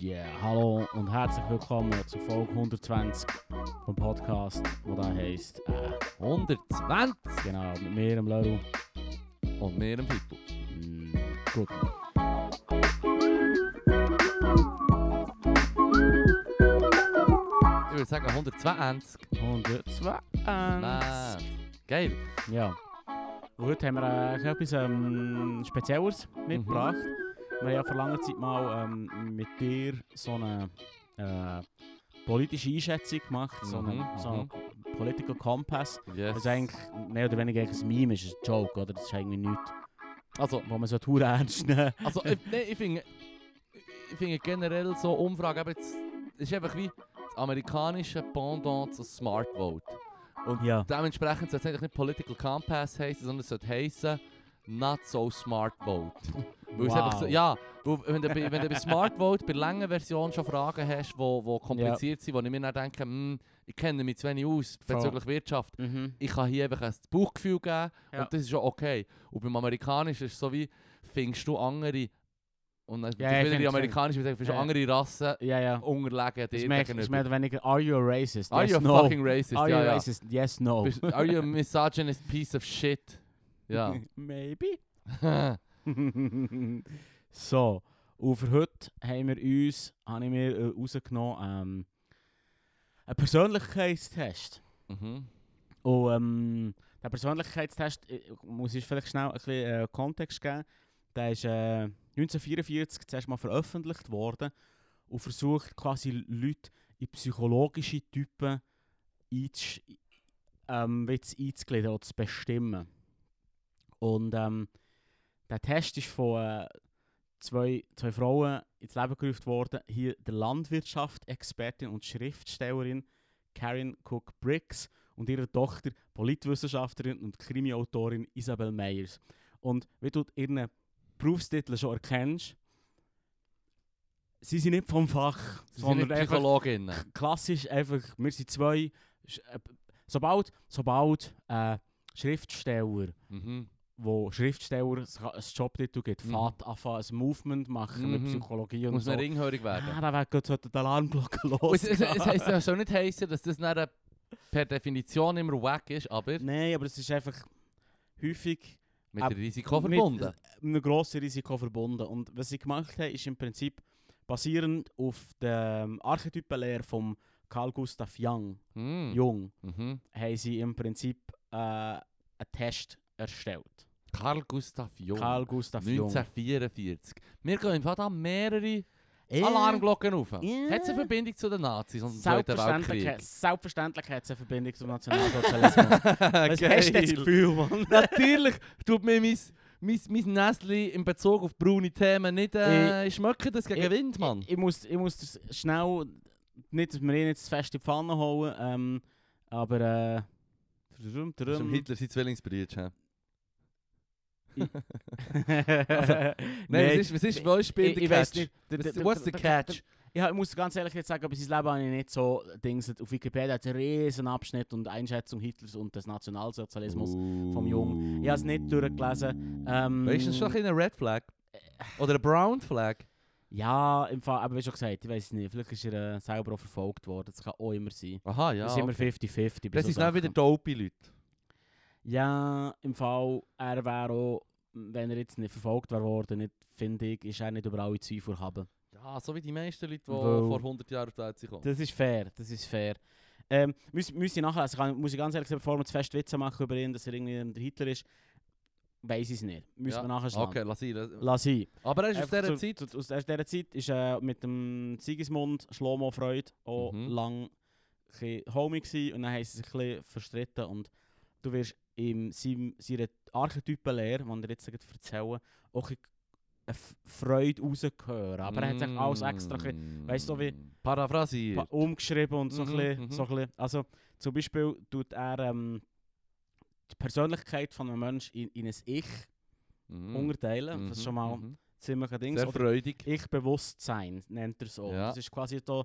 Yeah, hallo und herzlich willkommen zur Folge 120 vom Podcast, wo da heisst, äh, 120 genau, mit mir, dem Leru. und mehr im People. Mm, gut. Ich würde sagen 120. 120. Mann. Geil. Ja. Und heute haben wir äh, ein bisschen etwas ähm, Spezielleres mitgebracht. Wir Mhm. haben ja vor langer Zeit mal ähm, mit dir so eine äh, politische Einschätzung gemacht, so einen Mhm, so einen Political Compass. Yes. Das ist eigentlich mehr oder weniger eigentlich ein Meme, ist ein Joke, oder? Das ist eigentlich nichts, Also, wo man so tun ernst nehmen also ich, nee, ich finde ich finde generell so Umfragen, aber jetzt ist einfach wie das amerikanische Pendant zu Smart Vote. Ja. Dementsprechend sollte es eigentlich nicht Political Compass heißen, sondern es sollte heißen Not so Smart Vote. Weil es einfach so, ja, weil wenn du, bei, wenn du bei Smart Vote bei langen Version schon Fragen hast, die wo, wo kompliziert sind, wo ich mir dann denke, hm, ich kenne mich zu wenig aus bezüglich Wirtschaft. Mhm. Ich kann hier einfach ein Bauchgefühl geben Ja. und das ist schon okay. Und beim Amerikanischen ist es so wie, findest du andere, und dann Ja, ich wieder find- die amerikanischen, sagen, findest du Ja. andere Rassen Ja, ja. unterlegen Das dir ist mehr, ist mehr gegenüber. oder weniger, are you a racist? Are yes, you a no. fucking racist? Are you ja, a ja. racist? Yes, no. Bist- Are you a misogynist piece of shit? Ja. Mhm. Maybe. so, und für heute haben wir uns, habe ich mir äh, rausgenommen, ähm, einen Persönlichkeitstest. mhm. Und ähm, der Persönlichkeitstest, ich muss ich vielleicht schnell ein bisschen äh, Kontext geben, der ist äh, 1944 zuerst mal veröffentlicht worden und versucht quasi Leute in psychologische Typen einzusch- ähm, wie zu einzugliedern oder zu bestimmen. Und ähm, der Test ist von äh, zwei, zwei Frauen ins Leben gerufen worden. Hier der Landwirtschaft, Expertin und Schriftstellerin Karen Cook Briggs und ihre Tochter, Politwissenschaftlerin und Krimiautorin Isabel Meyers. Und wie du ihren Berufstitel schon erkennst, sie sind nicht vom Fach, Sie sind nicht sondern einfach Psychologinnen. klassisch einfach, wir sind zwei, sch- äh, sobald, sobald äh, Schriftsteller, Mhm. wo Schriftsteller s- einen Jobtitel gibt, Mhm. fährt anfangen, ein Movement machen mit Mhm. Psychologie und Muss so. man ringhörig werden. Ah, da wäre gerade die Alarmglocke los. Es, es, es, es, es soll nicht heissen, dass das dann per Definition immer wack ist, aber Nein, aber es ist einfach häufig mit Ab- dem Risiko mit- verbunden. mit einem grossen Risiko verbunden. Und was sie gemacht haben, ist im Prinzip basierend auf der ähm, Archetypenlehre von Carl Gustav Jung, Hm. Jung Mhm. haben sie im Prinzip äh, einen Test erstellt. Carl Gustav Jung. Carl Gustav Jung. 1944. Wir gehen im Fall da mehrere Äh, Ja. Alarmglocken auf. Ja. Hat es eine Verbindung zu den Nazis und dem Zweiten Selbstverständlich, Weltkrieg? hat- selbstverständlich hat es eine Verbindung zum Nationalsozialismus. Was hast du das Geil. Gefühl, Mann? Natürlich tut mir mein, mein, mein Näsli in Bezug auf braune Themen nicht äh, schmecken, das gegen ich- Wind, Mann. Ich, ich, muss, ich muss das schnell, nicht, dass wir ihn jetzt fest in die Pfanne holen, ähm, aber äh, drum, Das ist drum. dem Hitler sein Zwillingsbruder. hä? Nein, Also, Nein, was ist, was ist, wo ist Also, ich, spielt der ich weiss Catch? nicht. Der- der- Was- der- What's the der- catch? Ja, ich muss ganz ehrlich jetzt sagen, aber sein Leben habe ich nicht so Dings. Auf Wikipedia hat es einen riesen Abschnitt und Einschätzung Hitlers und des Nationalsozialismus. vom Jung. Ich habe es nicht durchgelesen. Ähm, Weißt du, das ist doch eine Red Flag. Oder eine Brown Flag. Ja, im Fall, aber wie schon gesagt, ich weiß es nicht. Vielleicht ist er äh, selber auch verfolgt worden. Das kann auch immer sein. Aha, ja. das ist immer okay. 50-50. bei Das so ist dann Sachen. wieder dope Leute. Ja, im Fall, er wäre auch, wenn er jetzt nicht verfolgt wäre worden, nicht, finde ich, ist er nicht über alle Zweifel haben. Ja, so wie die meisten Leute, die Weil- vor 100 Jahren auf die Welt sind gekommen. Das ist fair, das ist fair. Ähm, muss, muss ich nachlesen, kann, muss ich ganz ehrlich sagen, bevor wir zu fest Witze machen über ihn, dass er irgendwie der Hitler ist, weiß ich es nicht. Müssen Ja, wir nachher Okay, lass ihn. lass- Lass ihn. Aber er ist aus Einfach dieser zu- Zeit. zu- Aus aus dieser Zeit ist äh, mit dem Sigismund Schlomo Freud auch Mhm. lang lang homie gsi und dann haben sie sich ein bisschen verstritten und du wirst in seinem, seiner Archetypenlehre, die er jetzt gerade erzählen, auch ein bisschen eine F- Freude rausgehört. Aber er hat sich Mm. alles extra ein bisschen weisst du, wie- pa- Paraphrasiert. umgeschrieben und so, Mm. Mhm, ein bisschen, mhm. so ein bisschen. Also zum Beispiel tut er ähm, die Persönlichkeit von einem Menschen in, in ein Ich Mhm. unterteilen, was Mhm, schon mal mhm. ziemlich ein Ding ist. Sehr Oder freudig. Ich-Bewusstsein nennt er es auch. Ja. Das ist quasi da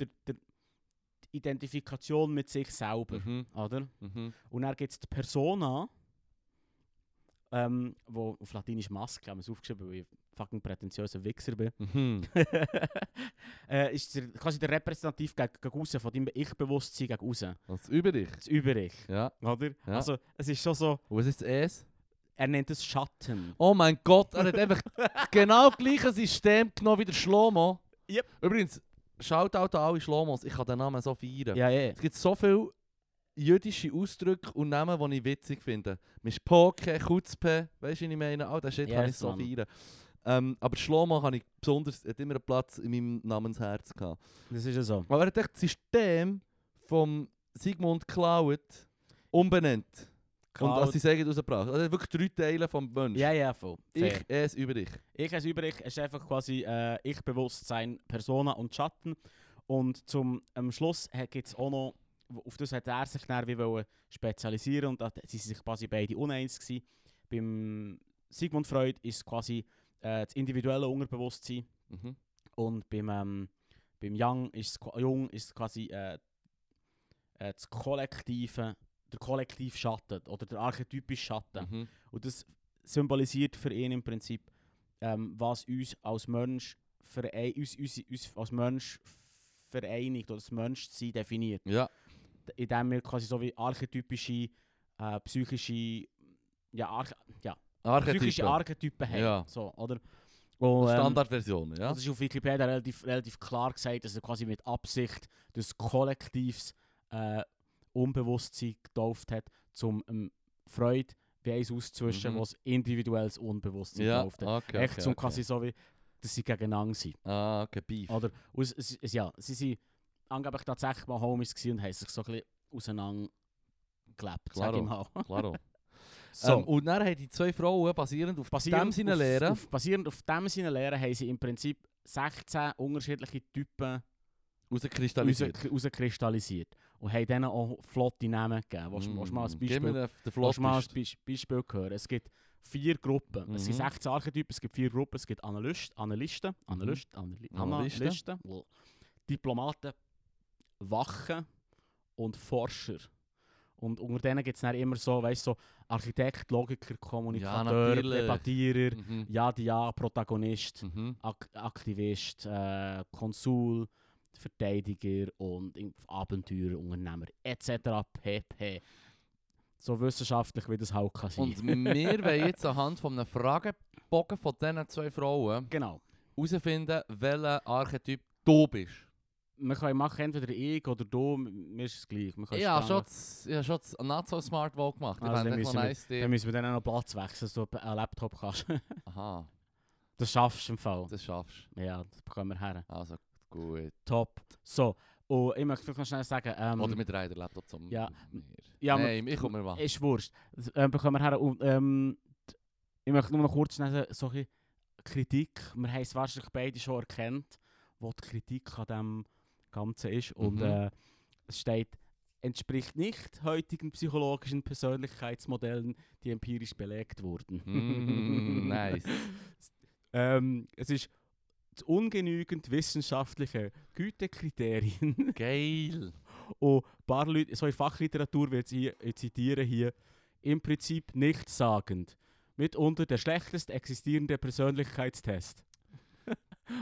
der, der, die Identifikation mit sich selber, Mhm, oder? mhm. Und dann gibt es die Persona, ähm, wo auf Latinisch Maske haben wir es aufgeschrieben, weil ich fucking prätentiöser Wichser bin. Mhm. äh, ist der, quasi der repräsentativ gegen, gegen aussen, von deinem Ich-Bewusstsein gegen aussen. Was über dich? Das Über-Ich, Ja. oder? Ja. Also, es ist schon so, Und was ist das S? er nennt es Schatten. Oh mein Gott, er hat einfach das genau gleiche System genommen wie der Schlomo. Yep. Übrigens, Shoutout an alle Schlomos, ich kann den Namen so feiern. Ja, ja. Es gibt so viele jüdische Ausdrücke und Namen, die ich witzig finde. Mischpoke, Kutzpe, weißt du, was ich meine? All das Shit kann Yes, ich so Mann. feiern. Ähm, aber Schlomo habe ich besonders, hat immer einen Platz in meinem Namensherz gehabt. Das ist ja so. Aber er hat echt das System vom Sigmund Cloud umbenannt. Und als sie sagen, rausgebracht. Also er hat wirklich drei Teile vom Menschen. Ja, ja, voll. Fair. Ich, es über dich. Ich als übrig ist einfach quasi äh, Ich-Bewusstsein, Persona und Schatten. Und zum am Schluss gibt es auch noch, w- auf das hat er sich dann wie wollen spezialisieren und da sie sich quasi beide uneins gewesen. Beim Sigmund Freud ist quasi äh, das individuelle Unterbewusstsein Mhm. und beim, ähm, beim Young ist es qua- Jung ist es quasi äh, äh, das kollektive, der kollektiv Schatten oder der archetypische Schatten. Mhm. Und das symbolisiert für ihn im Prinzip, ähm, was uns als Mensch, verei- uns, uns, uns als Mensch vereinigt oder das Menschsein definiert. Ja. Indem wir quasi so wie archetypische, äh, psychische, ja, arch ja psychische Archetypen. Archetypen haben. Ja. So, oder? Und, ähm, Standardversionen, ja. das ist auf Wikipedia relativ, relativ klar gesagt, dass er quasi mit Absicht das kollektives äh, Unbewusstsein getauft hat, um ähm, Freude wie eins auszuwischen, Mhm. was individuelles Unbewusstsein Ja, getauft hat. okay. Echt okay, zum okay. quasi so wie, dass sie gegeneinander sind. Ah, okay, Beef. Oder, und es, es, es, ja, sie sind angeblich tatsächlich mal Homies gewesen und haben sich so ein bisschen auseinander gelebt, sag Klaro. ich mal. Klaro. So. Ähm, und dann haben die zwei Frauen, basierend auf dem seine auf, Lehre, Auf, basierend auf dem seiner Lehre haben sie im Prinzip 16 unterschiedliche Typen rauskristallisiert. raus- rauskristallisiert. Und haben denen auch flotte Namen gegeben. Willst du willst du mal ein Mm, Gib mir Beispiel, den- den willst du mal ein Flottest. Beis- Beispiel hören? Es gibt vier Gruppen. Es gibt Mhm. 16 Archetypen, es gibt vier Gruppen. Es gibt Analyst, Analysten, Analyst, Analy Analysten. Analysten, blah, Diplomaten, Wachen und Forscher. Und unter denen gibt es dann immer so, weißt du, so Architekt, Logiker, Kommunikateur, natürlich. Debattierer, Mhm. ja, die ja, Protagonist. Mhm. Ak Aktivist, äh, Konsul, Verteidiger und in- Abenteuerunternehmer etc. pp. So wissenschaftlich wie das halt kann sein. Und wir wollen jetzt anhand von einem Fragebogen von diesen zwei Frauen genau. herausfinden, welcher Archetyp du bist. Wir können machen, entweder ich oder du, m- mir ist es gleich. Wir können Ich habe es schon, dann- das- ich habe schon das Not So Smart Vote gemacht. Ich Also fände dann das müssen noch wir- nice, Dann die... müssen wir dann noch Platz wechseln, so du einen Laptop kannst. Aha, das schaffst du im Fall. das schaffst Ja, das bekommen wir her. du. Also, gut. Top. Oh, So, und ich möchte vielleicht noch schnell sagen, ähm, Oder wir drehen den Laptop zum ja. mir. ja, wir- Nein, ich komme mal. Ist wurscht. Das, Ähm, bekommen wir her. Und, ähm, d- ich möchte nur noch kurz schnell so ein bisschen Kritik. Wir haben es wahrscheinlich beide schon erkannt, wo die Kritik an dem Ganzen ist. Und Mhm. äh, es steht, entspricht nicht heutigen psychologischen Persönlichkeitsmodellen, die empirisch belegt wurden. Mm, nice. ähm, es ist zu ungenügend wissenschaftliche Gütekriterien. Geil. Und ein paar Leute, so in Fachliteratur wird hier, ich zitiere hier, im Prinzip nichtssagend. Mitunter der schlechtest existierende Persönlichkeitstest.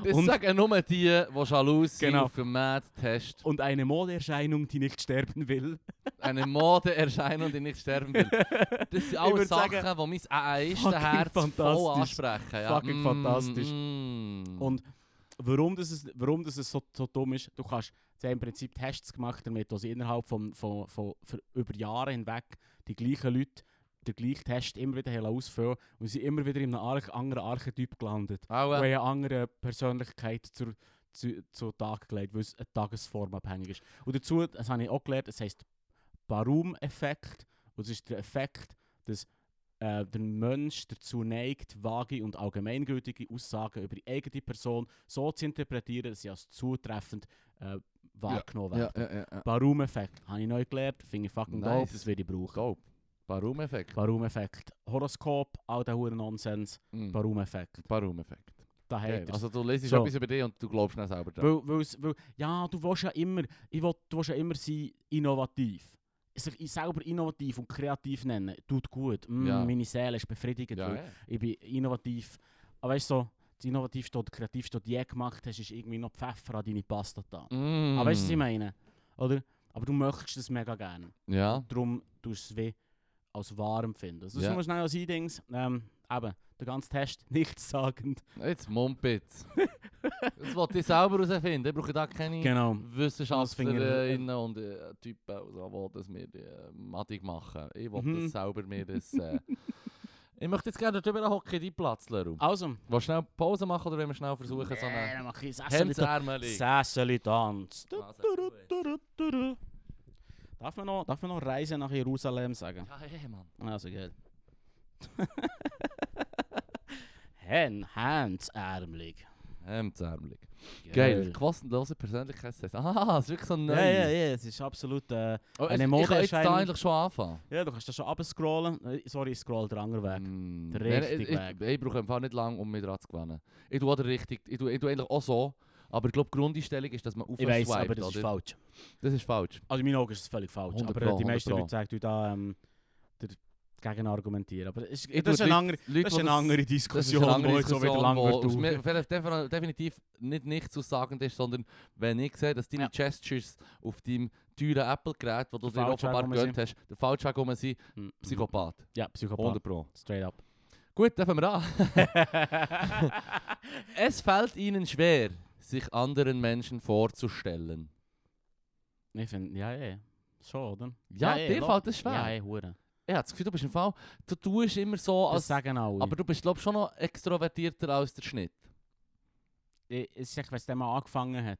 Das Und- sagen nur die, eh, die jaloux sind Genau. auf den Mad-Test. Und eine Modeerscheinung, die nicht sterben will. Eine Mode erscheinen und ich nicht sterben will. Das sind alle würd Sachen, sagen, die mein eistes fucking Herz voll fantastisch. ansprechen. Ja. Fucking fantastisch. mm. Und warum das, es, warum das es so, so dumm ist, du kannst, sie haben im Prinzip Tests gemacht damit, dass innerhalb von, von, von, für- über Jahre hinweg die gleichen Leute den gleichen Test immer wieder haben ausführen und sie sind immer wieder in einem Arch anderen Archetyp gelandet. Aua. Weil eine andere Persönlichkeit zur, zu, zu Tag gelegt, weil es eine Tagesform abhängig ist. Und dazu, das habe ich auch gelernt, es heisst Barum-Effekt. Und es ist der Effekt, dass äh, der Mensch dazu neigt, vage und allgemeingültige Aussagen über die eigene Person so zu interpretieren, dass sie als zutreffend äh, wahrgenommen werden. ja, ja, ja, ja. Barum-Effekt habe ich neu gelernt, finde ich fucking Nice. dope, das werde ich brauchen. Dope. Barum-Effekt. Barum-Effekt. Horoskop, all der hure Nonsens. Mm. Barum-Effekt. Barum-Effekt. Da habt Geil. ihr's. Also du lesest So. etwas über dich und du glaubst nicht selber dran. Weil, weil, es- weil, ja, du willst ja immer, ich will, du willst ja immer sein innovativ. sich selber innovativ und kreativ nennen, tut gut. Mm, Ja. Meine Seele ist befriedigend, Ja, weil ja. ich bin innovativ. Aber weißt du, so, das Innovativste oder Kreativste, was du je gemacht hast, ist irgendwie noch Pfeffer an deine Pasta da. Mm. Aber weißt du, was ich meine? Oder? Aber du möchtest das mega gerne. Ja. Darum tust du es wie als warm finden. Also das Ja. ist nur schnell als Eindings. Ähm, eben, der ganze Test nichtssagend. Jetzt Mumpitz. das wollte ich selber herausfinden. Ich brauche da keine Genau. Wissenschaftlerinnen und äh, Typen, und so, die das mir äh, madig machen. Ich will Mhm. das selber mir das... Äh, ich möchte jetzt gerne drüber hocken, die Platz, Leru. Also. Willst du schnell Pause machen oder wollen wir schnell versuchen, so Ja, eine dann mach ich Sesseli-Tanz. Hemdsärmeli? Sesseli-Tanz. Ah, sehr Du, gut. du, du, du, du. Darf man, noch, darf man noch Reise nach Jerusalem sagen? Ah, Ja, hey, Mann. Also, geil. Hen, Hands, Ärmelig. Hemdsärmelig. Geil. Kostenlose Persönlichkeitstest. Ah, es ist wirklich so neu. Ja, ja, ja, es ist absolut. Äh, Oh, Eine ich- ich kann jetzt da Modeerscheinung. eigentlich schon anfangen. ja, du kannst das schon abscrollen. Äh, Sorry, ich scroll den anderen Weg. Mm, Der nein, richtige ich, Weg. Ich, ich brauche einfach nicht lange, um mich daran zu gewinnen. Ich tue, auch den richtig, ich, tue, ich tue eigentlich auch so, aber ich glaube, die Grundeinstellung ist, dass man Ich weiß, aufswiped, aber das ist oder? falsch. Das ist falsch. Also, in meinen Augen ist es völlig falsch. 100 Aber Pro, äh, die meisten 100 Pro. Leute sagen, du da ähm, dagegen argumentieren. Aber es Ich ist, das, ist tue eine Leute- andere, Leute, das die ist eine andere Das Diskussion, ist eine andere die jetzt so wieder lang wird. Diskussion, die aus dauern. mir- vielleicht defi- definitiv nicht nichtsussagend ist, sondern wenn ich sehe, dass deine Ja. Gestures auf deinem teuren Apple-Gerät, das du Der dir falsche Weg offenbar rum gegönnt hast, der falsche Weg rum sind, Mhm. Psychopath. Ja, Psychopath. 100 Pro. Straight up. Gut, dann fangen wir an. es fällt ihnen schwer, sich anderen Menschen vorzustellen. Ich finde, ja, ja. Schon, oder? Ja, dir lo- fällt das schwer. Ja, ja, hure. Ich habe das Gefühl, du bist im Fall, du tust immer so, Das als, sagen alle. aber du bist glaube schon noch extrovertierter als der Schnitt. ich, ich sag, wenn es dann mal angefangen hat,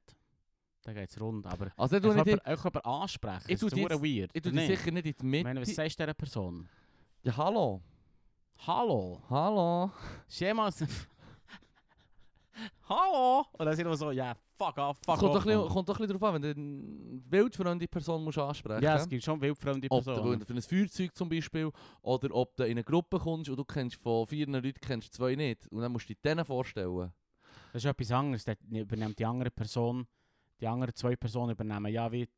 dann geht es rund. Aber Also ich ich tue kann nicht, jemand- ich kann jemanden ansprechen, Ich ich tu das ist dich hure weird. ich tue oder dich nicht? sicher nicht in die ich Mitte. meine, was sagst du dieser Person? ja, hallo, Hallo? hallo. Ist jemals... Hallo? Oh, Und dann sind wir so, ja, fuck off, fuck Es kommt, off. doch ein bisschen, Mann. kommt doch ein bisschen darauf an, wenn du eine wildfremde Person musst ansprechen ja, es gibt schon wildfremde Ob du Personen. für ein Feuerzeug zum Beispiel oder ob du in eine Gruppe kommst und du kennst von vier Leuten kennst du zwei nicht. Und dann musst du dich denen vorstellen. Das ist etwas anderes. Dort übernimmt die andere Person, die anderen zwei Personen übernehmen, ja, wie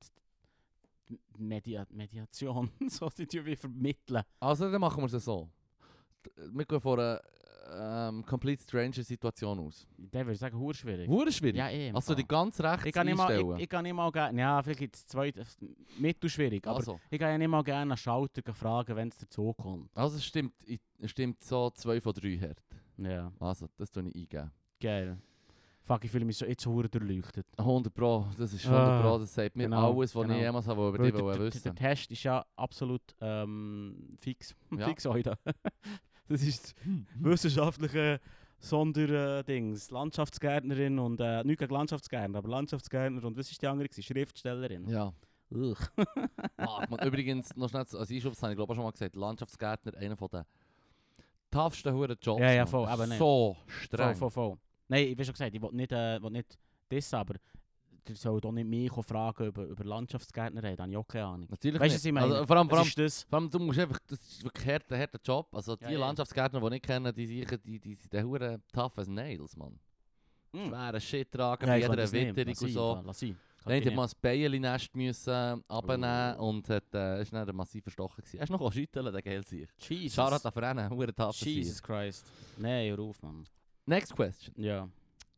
die Media Mediation, so die tun wie vermitteln. Also dann machen wir es so. D- Wir gehen von einer ähm, complete stranger Situation aus. Dann würde ich sagen, hure schwierig. Hure schwierig. Ja, eh. im also Fall. die ganz rechts Ich kann nicht mal, einstellen. ich, ich kann nicht mal gerne, ja vielleicht jetzt zwei, mittelschwierig, aber also, ich kann ja nicht mal gerne einen Schalter gehen fragen, wenn es dazu kommt. also es stimmt, ich, es stimmt so 2 von 3 her. Ja, Also, das tue ich eingeben. geil. Fuck, ich fühle mich so jetzt hure durchleuchtet. 100 Pro, das ist Ah, 100 Pro, das sagt mir genau, alles, was genau. ich jemals habe, über Weil dich der, wollen der, der wissen Test ist ja absolut ähm, fix, Ja. Hm. fix heute. das ist wissenschaftliche Sonderdings, Landschaftsgärtnerin und äh, nicht gegen Landschaftsgärtner, aber Landschaftsgärtner und was ist die andere? gewesen? Schriftstellerin. Ja. Ugh. Ah, man, übrigens, noch schnell als Einschub, das habe ich glaube ich schon mal gesagt, Landschaftsgärtner, einer von den toughsten Huren Jobs. Ja, ja, Mann. voll, Das ist eben nicht. So Voll, streng. voll, voll. Nein, ich habe schon gesagt, ich will nicht, äh, will nicht das, aber ihr sollt auch nicht mich fragen über, über Landschaftsgärtnerei, da habe ich auch keine Ahnung. Natürlich Weißt du, nicht. was ich meine? Also, vor allem, vor Was allem, ist das? vor allem, du musst einfach, das ist wirklich ein harter, harter Job. Also die Ja, ja. Landschaftsgärtner, die ich kenne, die sind die, die, die, die huren tough as nails, Mann. Hm. Schwere Shit tragen, Nein, bei ich jeder lass das nicht. Witterung Lass und sein, so. klar, Lass sein. Kann Nein, ich der nicht. Oh. musste ein Bienennest müssen abnehmen und hat, äh, ist dann massiv verstochen gewesen. Er ist noch schütteln, der Geld sich. Schara Jesus. da verrennen, huren tough. Jesus Christ. Nein, hör auf, Mann. Next question. Ja.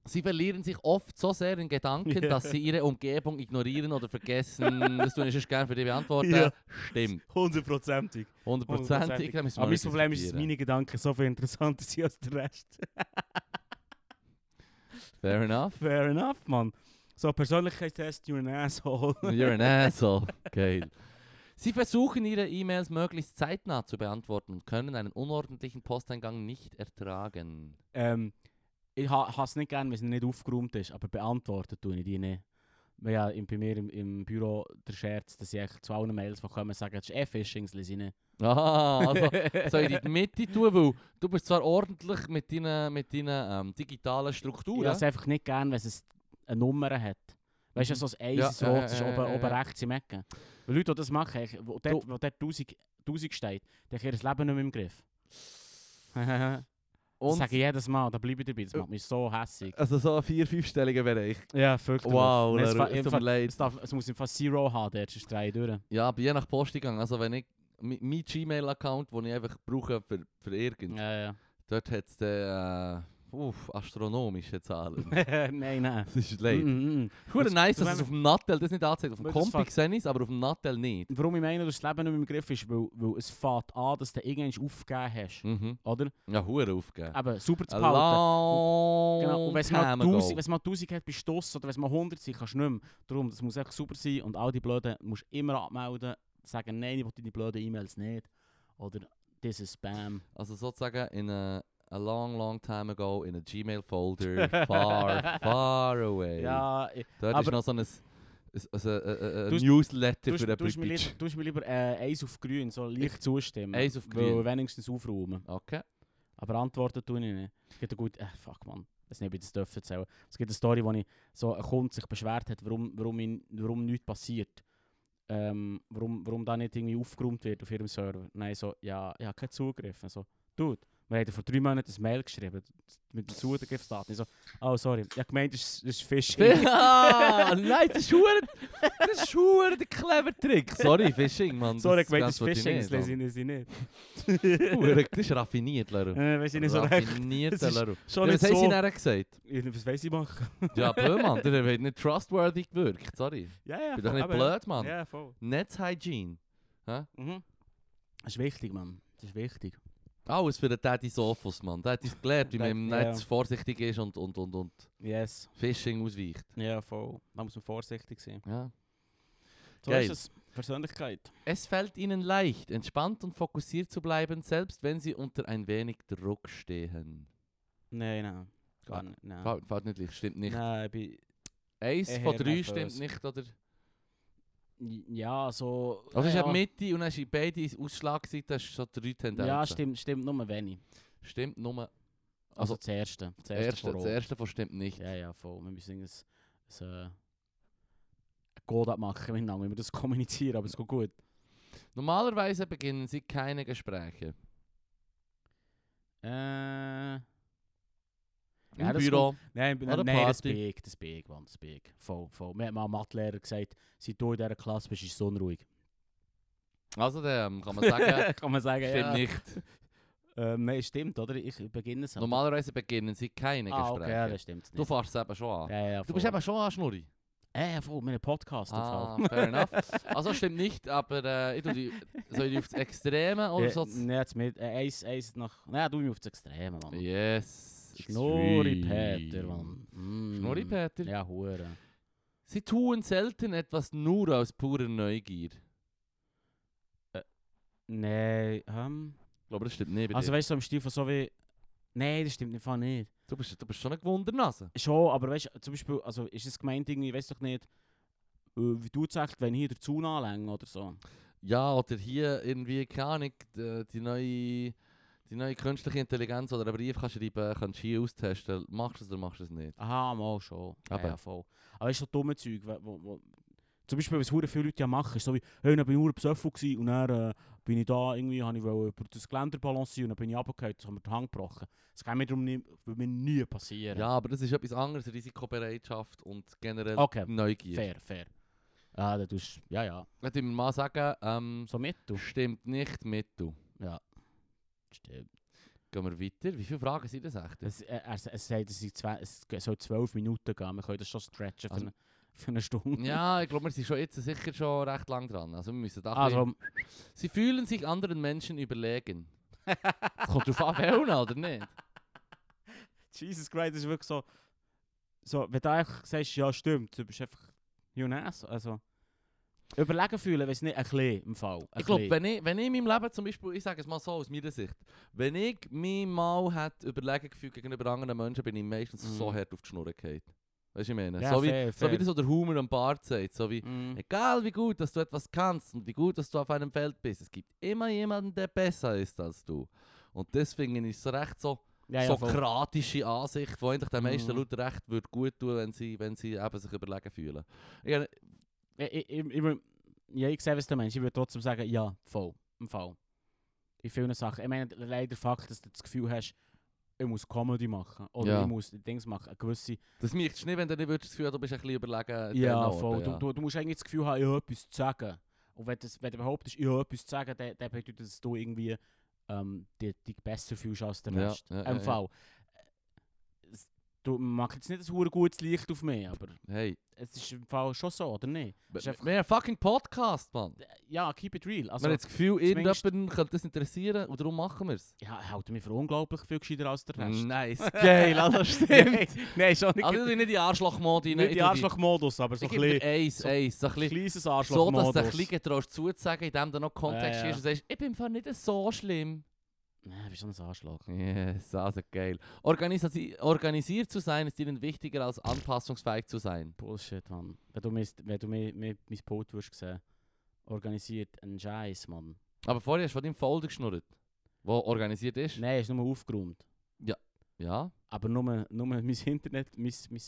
Sie verlieren sich oft so sehr in Gedanken, Ja. dass sie ihre Umgebung ignorieren oder vergessen. das tue ich sonst gerne für dich beantworten. Ja. Stimmt. Hundertprozentig. Hundertprozentig. da müssen wir Aber mein nicht Problem ist, dass diskutieren. meine Gedanken so viel interessanter sind als der Rest. Fair enough. Fair enough, Mann. So, Persönlichkeitstest, you're an asshole. You're an asshole. Geil. Sie versuchen ihre E-Mails möglichst zeitnah zu beantworten und können einen unordentlichen Posteingang nicht ertragen. Ähm, ich ha has nicht gern, wenn es nicht aufgeräumt ist, aber beantwortet tue ich die nicht. Weil Ja, im, bei mir im, im Büro der Scherz, dass ich echt zu allen Mails, die kommen, sage, das ist eh Phishing, das lese ich nicht. Aha, also soll ich in die Mitte tun, weil du bist zwar ordentlich mit deinen, mit deinen ähm, digitalen Ich Strukturen. habe es einfach nicht gern, wenn es eine Nummer hat. Weißt du, Mhm. so ein Eis, Ja, ein ja, rotes, ja, ist ja, oben, ja, oben ja. rechts im Ecken. Weil Leute, die das machen, ich- wo dort, wo dort 1000, 1000 steht, die haben ihr Leben nicht mehr im Griff. Das Und sage ich jedes Mal, da bleibe ich dabei. Das macht mich so hässig. also so ein 4-5-stelliger Bereich. Ja, fürchterlich. Wow, Nein, es, Leru, fa- es im tut mir Fall- leid. es, darf, es muss im Fall Zero haben, der ist drei durch. Ja, aber je nach Posteingang. Also wenn ich... mi- Mein Gmail-Account, den ich einfach brauche für, für irgend. Ja, ja. Dort hat es dann... Äh, uff, astronomische Zahlen. nein, nein. Es ist leid. Mm, mm, mm. Hure Und- nice, und dass es wenn auf dem Nattel das nicht anzeigt. Auf dem Weil das Kompi fuck- sehe ich es, aber auf dem Nattel nicht. Warum ich meine, dass das Leben nicht mehr im Griff ist, weil, weil es fährt an, dass du irgendwann aufgegeben hast. Mhm. Oder? Ja, hure aufgeben. Eben, super zu behalten. Long Genau. Und wenn es mal time 1000 wenn ago. es mal 1000 hat, bist du draus. Oder wenn es mal 100 sind, kannst du nicht mehr. Darum, das muss echt super sein. Und all die Blöden musst du immer abmelden. Sagen, nein, ich will deine blöden E-Mails nicht. Oder, this is Spam. Also sozusagen in a, a long, long time ago in a Gmail folder far, far away. Ja, eh, ich- Dort ist aber- noch so ein, ein, ein, ein, ein Du- eh, Newsletter du für hast den mir lieber, Bitch. tust mir lieber äh, eins auf grün, so leicht zustimmen. Eins auf grün. Weil wenigstens aufräumen. Okay. Aber Antworten tue ich nicht. Es gibt eine gute... Äh, fuck, man. Das nicht, ob ich das darf erzählen. Es gibt eine Story, wo ich so ein Kunde sich beschwert hat, warum, warum, ihn, warum nichts passiert. Ähm, warum, warum da nicht irgendwie aufgeräumt wird auf ihrem Server. Nein, so, ja, ich habe keinen Zugriff. Also, Dude, wir haben dir vor drei Monaten ein Mail geschrieben mit den Zugriffsdaten. Ich so, oh, sorry. Ich habe gemeint, das ist, das ist Phishing. ah, nein, das ist hure, das ist hure der clever Trick. Sorry, Phishing, Mann. sorry, ich das gemeint, das ist beantworte ich Phishing. Das nicht, lese ich- lese ich nicht. Mann. Hure, Das ist raffiniert, Leru. Äh, weiss ich nicht so recht. Raffiniert, Das ist Leru. Schon was nicht haben sie so. nachher gesagt? Ich- Was weiss ich machen? Ja, blöd, Mann. Der hat nicht trustworthy gewirkt. Sorry. Ja, ja. Ich bin doch voll, nicht aber- blöd, Mann. Ja, voll. Netzhygiene. Mhm. Das ist wichtig, Mann. Das ist wichtig. Alles für den Daddy Sophos, Mann. Der hat uns gelernt, wie man im Ja. Netz vorsichtig ist und, und, und, und Yes. Phishing ausweicht. Ja, voll. Da muss man vorsichtig sein. Ja. So Geil. ist es. Persönlichkeit. Es fällt ihnen leicht, entspannt und fokussiert zu bleiben, selbst wenn sie unter ein wenig Druck stehen. Nein, nein. Gar Ah, nicht. Nein. Fällt, fällt nicht leicht, stimmt nicht. Nein, ich bin... Eins eher von drei nervös. stimmt nicht, oder? Ja, so... Also es ist ja, ja. Mitte und dann ist beide Ausschlagseiten, hast du so drei Tendenzen. Ja, stimmt, stimmt nur wenig. Stimmt nur. Also Also, das Erste. Das das Erste, erste, vor das Ort. erste von stimmt nicht. Ja, ja, voll. Wir müssen irgendwas- so... ein Code abmachen miteinander, wenn wir das kommunizieren, aber es geht gut. Normalerweise beginnen sie keine Gespräche. Äh... Im Ja, das Büro. Nein, Oder nein, nein das Party. Big, das Big, Mann, das Big. Voll, voll. Mir hat mal ein Mathelehrer gesagt, seit du in dieser Klasse bist, ist es unruhig. Also dann ähm, kann man sagen, Kann man sagen, stimmt ja. nicht. Ähm, nein, stimmt, oder? Ich beginne es. Normalerweise beginnen sie keine dus ah, okay, ja, Gespräche. das stimmt du nicht. fährst es eben schon an. ja, ja, Du bist voll. eben schon an, Schnurri. Ja, ja, voll, mit einem Podcast. Ah, auf jeden Fall. fair enough. Also stimmt nicht, aber äh, ich tue die, soll ich die aufs Extreme oder Ja, so? Nein, jetzt mit äh, eins, eins nach... Nein, du mich auf das Extreme, Mann. Yes. Schnurri extreme. Peter, Mann. Mm. Schnurri Peter. Ja, eh. hure. Sie tun selten etwas nur aus purer Neugier. Nein, ähm... Ich glaube, das stimmt nicht bei Also dir. weißt du, so im Stil von so wie... Nein, das stimmt im Fall nicht. Du bist, du bist schon eine Gewundernase. Schon, aber weißt du, zum Beispiel, also ist es gemeint irgendwie, weiß doch nicht, äh, wie du sagst, wenn hier der Zaun anlängt oder so. Ja, oder hier irgendwie, keine Ahnung, die, die neue... Die neue künstliche Intelligenz oder einen Brief kannst schreiben, kannst du hier austesten. Machst du es oder machst du es nicht? Aha, mal schon. Ja, Aber- ja, voll. Aber ist so dumme Zeug, wo, wo, wo, zum Beispiel, was hure viele Leute ja machen, ist so wie, hey, dann bin ich nur besoffen gewesen und dann äh, bin ich da irgendwie, habe ich wollte über das Geländer balancieren und dann bin ich runtergefallen, jetzt haben wir den Hang gebrochen. Das kann mir darum nie, würde mir nie passieren. Ja, aber das ist etwas anderes, Risikobereitschaft und generell Okay. Neugier. Oh, Fair, fair. Ja, dann tust ja, ja. Wenn ich mir mal sagen, ähm, So mit, du. stimmt nicht mit, du. Stimmt. Gehen wir weiter. Wie viele Fragen sind das echt? Es, äh, er, er, er sagt, es, sind zwei, es soll zwölf Minuten gehen, wir können das schon stretchen für, Also- eine, für eine Stunde. ja, ich glaube, wir sind schon jetzt sicher schon recht lang dran. Also wir müssen da ein Also, bisschen- Sie fühlen sich anderen Menschen überlegen. Das kommt drauf an, welchen, oder nicht? Jesus Christ, das ist wirklich so. So, wenn du einfach sagst, ja, stimmt, du bist einfach Jonas. Also. Überlegen fühlen, weiß nicht, ein bisschen im Fall. Ein Ich glaube, bisschen. wenn ich, wenn ich in meinem Leben zum Beispiel, ich sage es mal so aus meiner Sicht, wenn ich mich mal hätte überlegen gefühlt gegenüber anderen Menschen, bin ich meistens Mhm. so hart auf die Schnur gefallen. Weißt du, ich meine? Ja, so, wie, fair, so wie fair. das, was der Humor am Bart sagt. So wie, Mm. Egal wie gut, dass du etwas kannst und wie gut, dass du auf einem Feld bist, es gibt immer jemanden, der besser ist als du. Und deswegen ist es recht so ja, ja, voll. sokratische Ansicht, die eigentlich den meisten Mhm. Leuten recht würde gut tun, wenn sie, wenn sie eben sich überlegen fühlen. Ja, Ich, ich, ich, ich, würd- ja, ich sehe, was du meinst. Ich würde trotzdem sagen, ja, voll. Im Fall. In vielen Sachen. Ich meine, leider Fakt, dass du das Gefühl hast, ich muss Comedy machen oder Ja. ich muss Dings machen, eine gewisse... Das merkst du nicht, wenn du nicht würdest, das Gefühl hast, du bist ein bisschen überlegen. äh, Ja, diesen voll. Orten, Du, du, du musst eigentlich das Gefühl haben, ich habe etwas zu sagen. Und wenn, das, wenn du behauptest, ich habe etwas zu sagen, dann, dann bedeutet das, dass du irgendwie ähm, dich, dich besser fühlst als der Ja, Rest. ja, ja, MV. Es- Du machst jetzt nicht ein verdammt gutes Licht auf mich, aber Hey, es ist im Fall schon so, oder nicht? wir ist einfach- haben einen fucking Podcast, Mann. Ja, keep it real. wir Also, haben das Gefühl, zumindest- irgendjemanden könnte das interessieren und darum machen wir es. ja, ich halte mich für unglaublich viel gescheiter als der Rest. Nice, geil, also Nein, stimmt. nein, schon nicht. also Also, ich tue nicht in Arschlochmodi rein. nicht ich die tue- Arschlochmodus, aber so Ich ein gebe dir bisschen- eins, so- eins, so ein bisschen- kleines So, dass du ein Arschlochmodus. bisschen traust zuzusagen, indem du noch Kontext Ja, ja. ist und sagst, ich bin im Fall nicht so schlimm. Nein, du bist schon ein Arschloch. Yes, also geil. Organisasi organisiert zu sein ist ihnen wichtiger als anpassungsfähig zu sein. Bullshit, Mann. Wenn du, mis, wenn du mi, mi, mein Boot wirst sehen, organisiert ein Scheiß, Mann. Aber vorher hast du von deinem Folder geschnurrt, wo organisiert ist. Nein, ist nur aufgeräumt. Ja, Aber nur, nur mein Internet, mein, mein,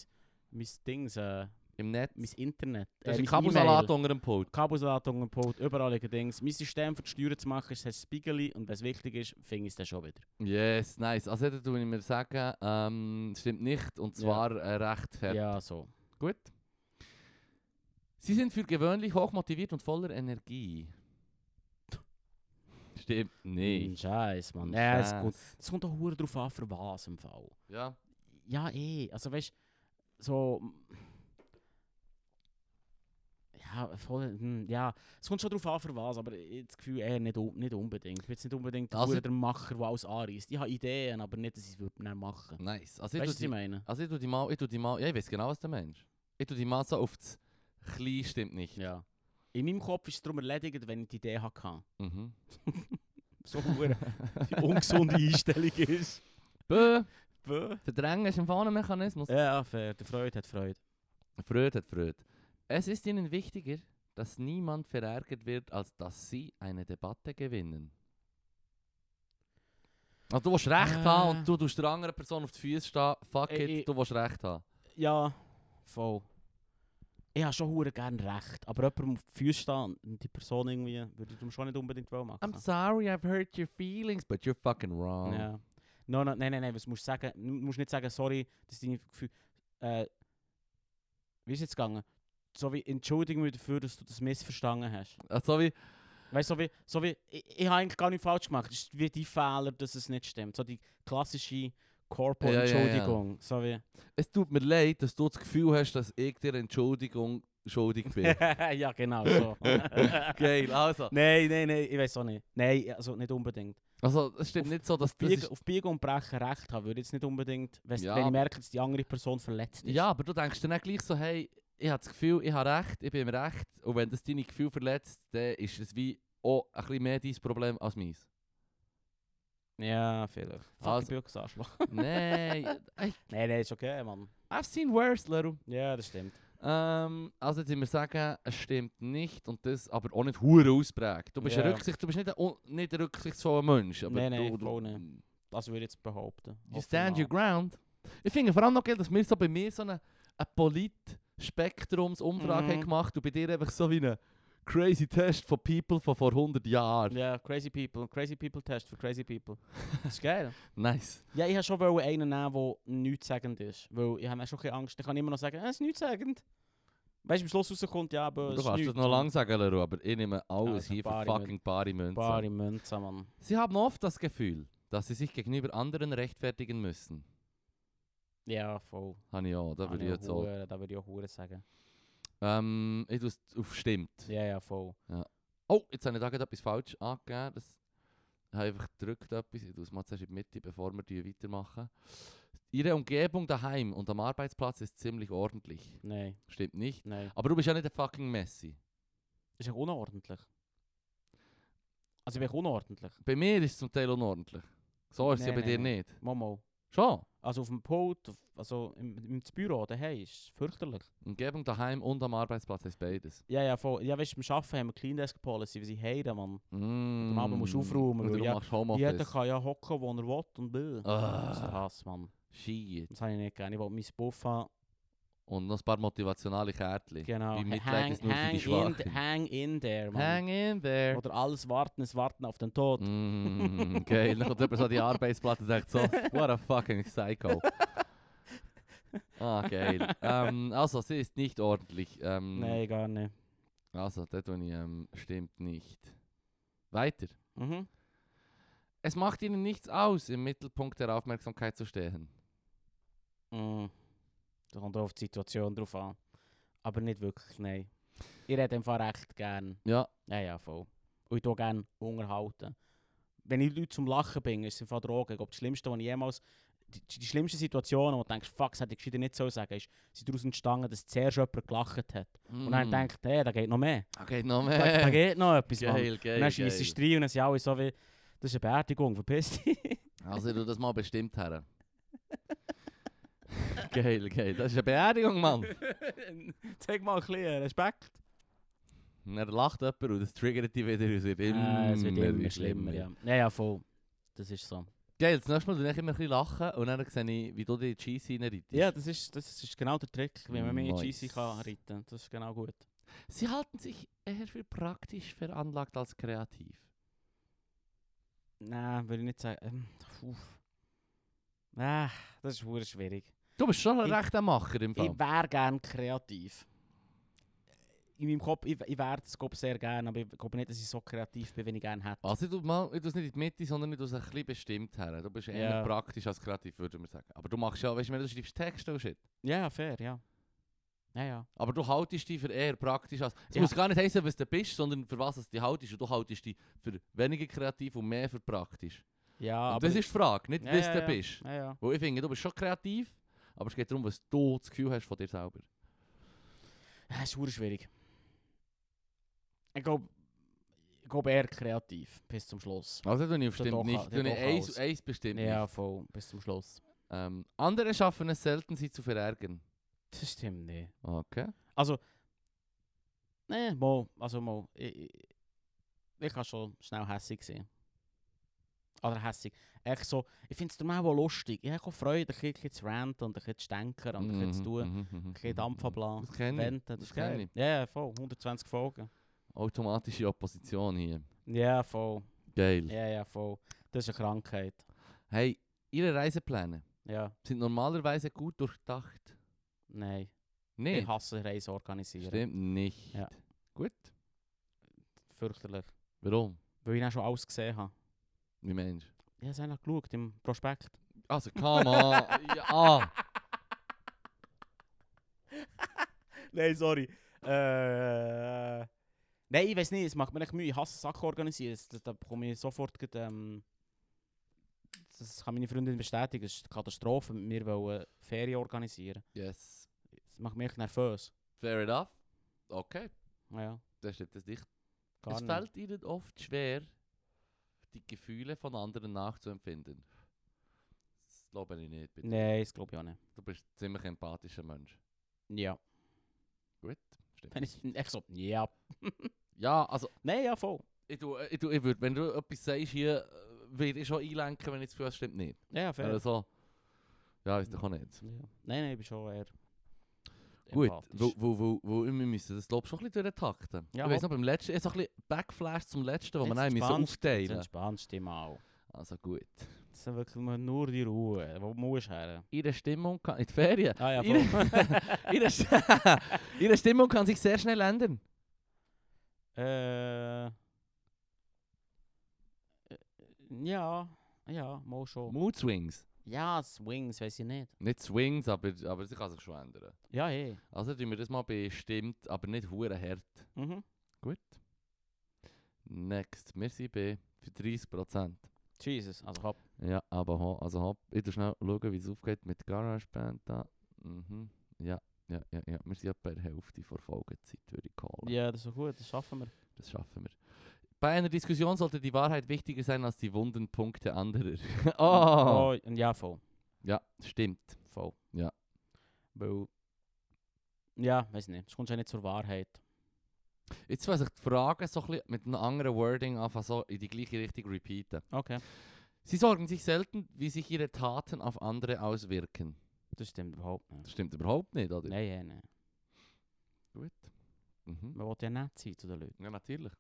mein Dings, äh, im Netz. mein Internet. äh, Das ist ein mein Kabelsalat E-Mail. unter dem Pult. Kabelsalat unter dem Boot, überall liegen Dings. Mein System für die Steuern zu machen, ist das Spiegel und wenn es wichtig ist, finde ich es dann schon wieder. Yes, nice. Also hätte du mir sagen, ähm, stimmt nicht und Ja. zwar äh, recht fertig. Ja, so. Gut. Sie sind für gewöhnlich hochmotiviert und voller Energie. Stimmt Ein nicht. Scheiß, Mann. Hm. Ja, Scheiss. es kommt, es kommt auch verdammt drauf an, für was im Fall. Ja. Ja, eh. Also weißt so. Ja, voll, hm, ja, es kommt schon darauf an, für was, aber ich habe das Gefühl, eher nicht, un- nicht unbedingt. Ich bin jetzt nicht unbedingt Also- der, der Macher, der alles anreißt. Ich habe Ideen, aber nicht, dass ich es würde dann machen Nice. Also ich Weißt du, tu was ich die, meine? also ich tu die mal, ich tu die mal, ja, ich weiß genau, was du meinst. Ich tu die mal so auf das Klein stimmt nicht. Ja. In meinem Kopf ist es darum erledigt, wenn ich die Idee hatte. Mhm. So hure die ungesunde Einstellung ist. Bö, Bö. Verdrängen ist ein Fahnenmechanismus. Ja, fair. Der Freude hat Freude. Fröd hat Fröd. Es ist ihnen wichtiger, dass niemand verärgert wird, als dass sie eine Debatte gewinnen. Also du willst recht Äh. haben und du tust der anderen Person auf die Füße stehen. Fuck Ey, it, ich- du willst recht haben. Ja, voll. Ich habe schon hure gern recht, aber jemandem auf die Füße stehen und die Person irgendwie würde ich darum schon nicht unbedingt wollen machen. I'm sorry, I've hurt your feelings, but you're fucking wrong. Ja. No, no, nein, nein, nein, was musst du sagen? Du musst nicht sagen, sorry, das ist dein Gefühl. Äh, wie ist jetzt gegangen? So wie, entschuldige mich dafür, dass du das missverstanden hast. Also wie, Weißt du, so wie, so wie ich, ich habe eigentlich gar nichts falsch gemacht. Es ist wie die Fehler, dass es nicht stimmt. So die klassische Ja, ja, ja. Corpo-Entschuldigung. So wie. es tut mir leid, dass du das Gefühl hast, dass ich dir Entschuldigung schuldig bin. ja, genau, so. Also. Geil, also. Nein, nein, nein, ich weiß auch nicht. Nein, also nicht unbedingt. Also es stimmt nicht so, dass das Biegen, ist, auf Biegen und Brechen Recht haben würde ich jetzt nicht unbedingt, weiss, Ja, wenn ich aber- merke, dass die andere Person verletzt ist. Ja, aber du denkst dann auch gleich so, hey, ich habe das Gefühl, ich habe recht, ich bin im Recht. Und wenn das deine Gefühle verletzt, dann ist es wie oh, auch ein bisschen mehr dein Problem als meins. Ja, vielleicht. Fuck, Also- ich bin auch ein Arschloch. Nein, ey, Nein, nein, ist okay, Mann. I've seen worse, Leru. Ja, das stimmt. Ähm, also jetzt sind wir sagen, es stimmt nicht und das aber auch nicht hure ausprägt. Du bist ein Ja. Rücksicht, du bist nicht ein, un- nicht ein rücksichtsvoller Mensch. Aber Nein, nein, du, du, voll nicht. Das würde ich jetzt behaupten. You stand your ground. Ich finde vor allem noch geil, dass wir so bei mir so eine, eine Polit-Spektrums-Umfrage Mhm. haben gemacht und bei dir einfach so wie eine crazy Test von People von vor 100 Jahren. Ja, crazy people. Crazy people test für crazy people. Das ist geil. Nice. Ja, ich wollte schon wollen einen nehmen, der nichtssagend ist. Weil ich habe auch schon ein bisschen Angst. Ich kann immer noch sagen, es ist nichtssagend. Weißt du, am Schluss rauskommt, ja, aber Du es kannst ist nichts. das noch lang sagen, Leru, aber ich nehme alles Also, hier für Bari fucking Bari Münzen. Bare Münzen, Mann. Sie haben oft das Gefühl, dass sie sich gegenüber anderen rechtfertigen müssen. Ja, voll. Habe ich auch, da Ah, würde ich nee, jetzt auch. Hure, Da würde ich auch Hure sagen. Ähm, ich tue es auf stimmt. Ja, ja, voll. Oh, jetzt habe ich da gerade etwas falsch angegeben. Das ich habe einfach gedrückt etwas. Ich tue es mal zuerst in die Mitte, bevor wir die weitermachen. Ihre Umgebung daheim und am Arbeitsplatz ist ziemlich ordentlich. Nein, Stimmt nicht. nein. Aber du bist ja nicht der fucking Messi. Ist ja unordentlich. Also ich bin unordentlich. Bei mir ist es zum Teil unordentlich. So ist es ja Nee, bei nee, dir nee. nicht. Mama. Schon. Also auf dem Pult, auf- also im, im Büro daheim ist es fürchterlich. Umgebung daheim und am Arbeitsplatz heißt beides. Ja, ja, voll. Ja, weißt du, beim Arbeiten haben wir Clean Desk Policy, weil sie heiren, Mann. Mm. Abend musst du aufräumen, Und weil du ja- machst Jeder Homeoffice. kann ja hocken, wo er will und will. Das ist der Ah, Hass, Mann. shit. Das habe ich nicht gerne. Ich will mein Buff haben Und noch ein paar motivationale Kärtchen. Genau. Wie Mitleid hang, ist nur für hang die in, Schwachen. hang in there, Mann. Hang in there. Oder alles Warten ist Warten auf den Tod. Mm, geil. Dann kommt jemand so an die Arbeitsplatte und denkt so, what a fucking psycho. Ah, geil. Ähm, also, sie ist nicht ordentlich. Ähm, Nein, gar nicht. Also, das tue ich, ähm, stimmt nicht. Weiter. Mhm. Es macht ihnen nichts aus, im Mittelpunkt der Aufmerksamkeit zu stehen. Mm. Das kommt auch auf die Situation drauf an. Aber nicht wirklich, nein. Ich rede im Fall recht gern. Ja, Ja, ja, voll. Und ich tue gerne unterhalten. Wenn ich Leute zum Lachen bringe, ist es im Fall Drogen. Ich glaube, das Schlimmste, was ich jemals... Die, die schlimmste Situation, wo du denkst, fuck, das hätte ich gescheiter nicht so sagen, ist, sie daraus entstanden, dass zuerst jemand gelacht hat. Und dann denkt, hey, da geht noch mehr. Mm. Okay, noch mehr. Da, da geht noch etwas, Mann. geil, Und dann geil, schießt geil. sie rein und dann sind alle so wie... Das ist eine Beerdigung, verpiss dich. Also, du das mal bestimmt her. geil, geil. Das ist eine Beerdigung, Mann. Zeig mal ein bisschen Respekt. Und dann lacht jemand und das triggert dich wieder. und Ah, Es Äh, es wird wird immer, immer schlimmer, ja. Ja, ja, voll. Das ist so. Geil, das nächste Mal tue ich immer ein bisschen lachen und dann sehe ich, wie du die Cheese reinreitest. Ja, das ist, das ist genau der Trick, wie man mit Nice. GC kann reiten kann. Das ist genau gut. Sie halten sich eher für praktisch veranlagt als kreativ. Nein, würde ich nicht sagen. Ähm, uff. Ah, das ist hure schwierig. Du bist schon ein Ich- rechter Macher im Fall. Ich wäre gern kreativ. In meinem Kopf, ich, ich wäre das Kopf sehr gern, aber ich glaube nicht, dass ich so kreativ bin, wie ich gerne hätte. Also ich tue mal, ich tu's nicht in die Mitte, sondern ich tue es ein bisschen bestimmt her. Du bist eher Ja. praktisch als kreativ, würde man sagen. Aber du machst ja, weißt du, wenn du schreibst Texte und shit. Ja, fair, ja. Ja, ja. Aber du haltest dich für eher praktisch als... Es Ja. muss gar nicht heißen, was du bist, sondern für was du dich haltest. Und du haltest dich für weniger kreativ und mehr für praktisch. Ja, Und Ah, aber... das ist die Frage, nicht Ja, was ja, du ja. bist. ja, ja. Weil ich finde, du bist schon kreativ, aber es geht darum, was du das Gefühl hast von dir selber. Das ist hure schwierig. Ich glaube, ich glaube eher kreativ, bis zum Schluss. Also das tue ich doch bestimmt auch- nicht. das Tue ich doch eins, alles. eins bestimmt Ja, nicht. voll, bis zum Schluss. Ähm, andere schaffen es selten, sie zu verärgern. Das stimmt nicht. Okay. Also, nee, mal, also mal, ich, ich, ich kann schon schnell hässig sein. Oder hässig. Echt so, ich finde es darum auch lustig. Ich habe auch Freude, ein bisschen zu ranten und ein bisschen zu denken und ein bisschen Mm-hmm. Mhm, zu tun. Ein bisschen Dampf ablassen. Das kenne ich. Wenden, das kenn geil. ich. Ja, ja, voll. 120 Folgen. Automatische Opposition hier. Ja, voll. Geil. Ja, ja, voll. Das ist eine Krankheit. Hey, Ihre Reisepläne Ja, sind normalerweise gut durchdacht. nein. Nee, Ich hasse Reisen organisieren. stimmt nicht. Ja. Gut. Fürchterlich. Warum? Weil ich dann schon alles gesehen habe. Wie meinst du? Ich habe es eigentlich geschaut im Prospekt. Also, come on. ja. Ah. Nein, sorry. Äh, nein, ich weiß nicht, es macht mir echt Mühe. Ich hasse Sachen organisieren. Das- das- Da bekomme ich sofort. Grad, ähm, das kann meine Freundin bestätigen. Das ist eine Katastrophe. Wir wollen Ferien organisieren. Yes. Das macht mich echt nervös. Fair enough. Okay. Ja, Das stimmt das nicht. gar es fällt ihnen oft schwer, die Gefühle von anderen nachzuempfinden. Das glaube ich nicht, bitte. nicht. Nein, das glaube ich auch nicht. Du bist ein ziemlich empathischer Mensch. Ja. Gut, stimmt. Wenn ich echt so, ja. Ja, also Nein, ja, voll. ich, tu, äh, ich, tu, ich würd, wenn du etwas sagst hier, äh, würde ich schon einlenken, wenn ich das Gefühl habe, es stimmt nicht. Ja, fair. Oder so. Ja, ist doch auch nicht. ja. Nein, nein, ich bin schon eher. Gut, Mhm. empathisch. wo, wo, wo, wo wir müssen das glaube ich schon ein bisschen durchtakten. Ja, ich weiß hopp. noch, beim letzten, ich so ein bisschen Backflash zum letzten, wo wir Jetzt dann müssen entspannst- Jetzt aufteilen. entspannst du dich mal. Also gut. Das ist wirklich nur die Ruhe. Wo musst du her? Ihre Stimmung kann... In die Ferien? Ah ja, Ihre- voll. ihre, St- ihre Stimmung kann sich sehr schnell ändern. Äh. äh, Ja, ja, mal schon. Mood Swings. Ja, Swings, weiß ich nicht. Nicht Swings, aber, aber sie kann sich schon ändern. Ja, eh. Also tun wir das mal bestimmt, aber nicht hure hart. Mhm. Gut. Next. Wir sind bei für 30%. Jesus, also hopp. Ja, aber ho, also hopp. Ich tu schnell schauen, wie es aufgeht mit GarageBand da. Mhm. Ja, ja, ja, ja. Wir sind ja bei der Hälfte vor Folgezeit, würde ich callen. Ja, das ist gut, das schaffen wir. Das schaffen wir. Bei einer Diskussion sollte die Wahrheit wichtiger sein als die wunden Punkte anderer. oh. oh ja, voll. Ja, stimmt. Voll. Ja. Weil. Ja, weiß nicht. Es kommt ja nicht zur Wahrheit. Jetzt weiß ich die Fragen so ein bisschen mit einem anderen Wording einfach so in die gleiche Richtung repeaten. Okay. Sie sorgen sich selten, wie sich ihre Taten auf andere auswirken. das stimmt überhaupt nicht. Das stimmt überhaupt nicht, oder? Nein, ja, nein. Gut. Mhm. Man will ja nett sein zu den Leuten. Ja, natürlich.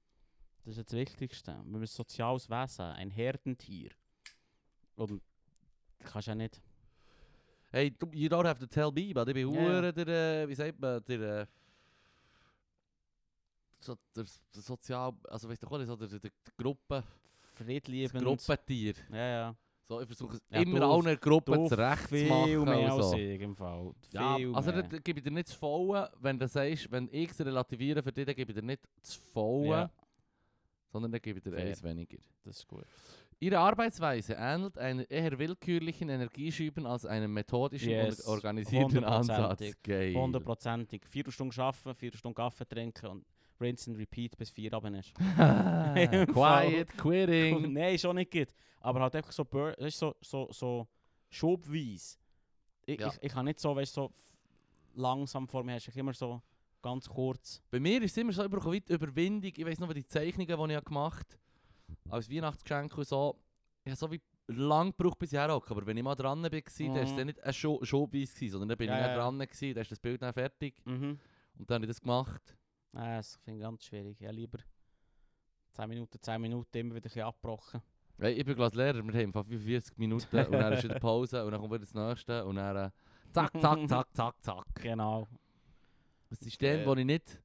Das ist ja das Wichtigste. Wir müssen ein soziales Wesen, ein Herdentier. Und das kannst du ja nicht. Hey, du- you don't have to tell me, but ich bin Ja, ja. hure der, äh, wie sagt man, der, äh, so, der, der Sozial, also weißt du, auch nicht, so der, der, der Gruppe, das Friedliebend. Gruppentier. Ja, ja. So, ich versuche es Ja, immer du- allen Gruppen du zurecht zu Viel machen. mehr und als so. ich im Fall. Ja, Viel also mehr. da gebe ich dir nicht zu vollen, wenn du sagst, wenn ich es relativiere für dich, dann gebe ich dir nicht zu vollen, Ja. sondern dann gebe ich dir Fair. eins weniger. das ist gut. Ihre Arbeitsweise ähnelt einer eher willkürlichen Energieschüben als einem methodischen Yes, und organisierten Ansatz. hundertprozentig. Geil. Hundertprozentig. Vier Stunden arbeiten, vier Stunden Kaffee trinken und rinse and repeat bis vier Abend ist. Quiet quitting. Nein, schon nicht gut. Aber halt einfach so, Bur weißt, so, so, so schubweise. Ich, Ja. ich, ich kann nicht so, weißt, so f- langsam vor mir hast. Ich immer so ganz kurz. Bei mir ist es immer so über Covid Überwindung. Ich weiß noch, die Zeichnungen, die ich gemacht habe, als Weihnachtsgeschenk und so, ich habe so wie lang gebraucht, bis ich herkomme. Aber wenn ich mal dran war, dann war es Mhm. dann nicht ein Schu- Schubweis, gewesen, sondern dann bin Ja, ich ja. dann dran, gewesen, dann ist das Bild dann fertig Mhm. und dann habe ich das gemacht. Äh, das finde ich ganz schwierig. Ja, lieber 10 Minuten, 10 Minuten immer wieder ein bisschen abgebrochen. Hey, ich bin gerade Lehrer, wir haben 45 Minuten und dann ist wieder Pause und dann kommt wieder das nächste und dann äh, zack, zack, zack, zack, zack. Genau. Ein System, Äh. das ich nicht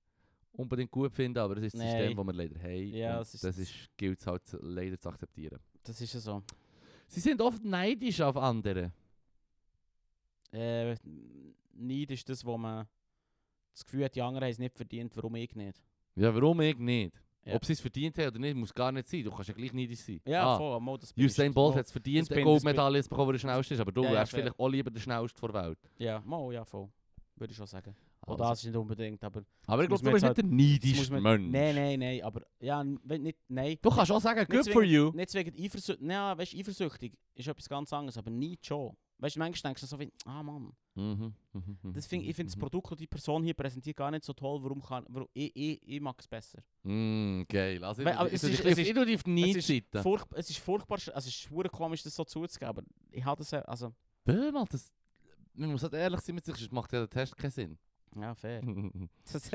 unbedingt gut finde, aber es ist das Nein. System, das wir leider haben. Ja, und es ist- das ist, gilt es halt zu- leider zu akzeptieren. Das ist ja so. Sie sind oft neidisch auf andere. Äh, Neid ist das, wo man das Gefühl hat, die anderen haben es nicht verdient, warum ich nicht. Ja, warum ich nicht? Ja. Ob sie es verdient haben oder nicht, muss gar nicht sein. Du kannst ja gleich neidisch sein. Ja, Ah, voll, mal, das bin ich Usain schon- Bolt mal- hat es verdient, das eine bin- das Goldmedaille zu bekommen, weil er der Schnellste ist. Aber du Ja, ja, wärst fair. vielleicht auch lieber der Schnellste vor der Welt. Ja, mal, ja, voll. Würde ich schon sagen. Also. Oder das ist nicht unbedingt, aber... Aber ich Das glaube, du muss bist man nicht der das muss neidischste man- Mensch. Nein, nein, nein, aber... Ja, n- wenn nicht... Nein. Du kannst auch sagen, good Nicht for you. Nicht wegen Eifersüchtig... Nein, weißt du, eifersüchtig ist etwas ganz anderes, aber nicht schon. Weißt du, manchmal denkst du so wie... Ah, Mann. Mhm, mhm, mhm, Das find, ich finde das mhm. Produkt, das die Person hier präsentiert, gar nicht so toll. Warum kann... Warum, ich ich, ich mag es besser. Mm, geil. Also, ich Weil, aber tue es dich- ist- ich es tue ist- dich auf die es ist, Neidseite. furch, es ist furchtbar... sch- Also es ist verdammt komisch, das so zuzugeben, aber ich habe das... ja- Also... Böhmel, das... Man muss halt ehrlich sein mit sich, sonst macht ja der Test keinen Sinn. Ja, fair. Das,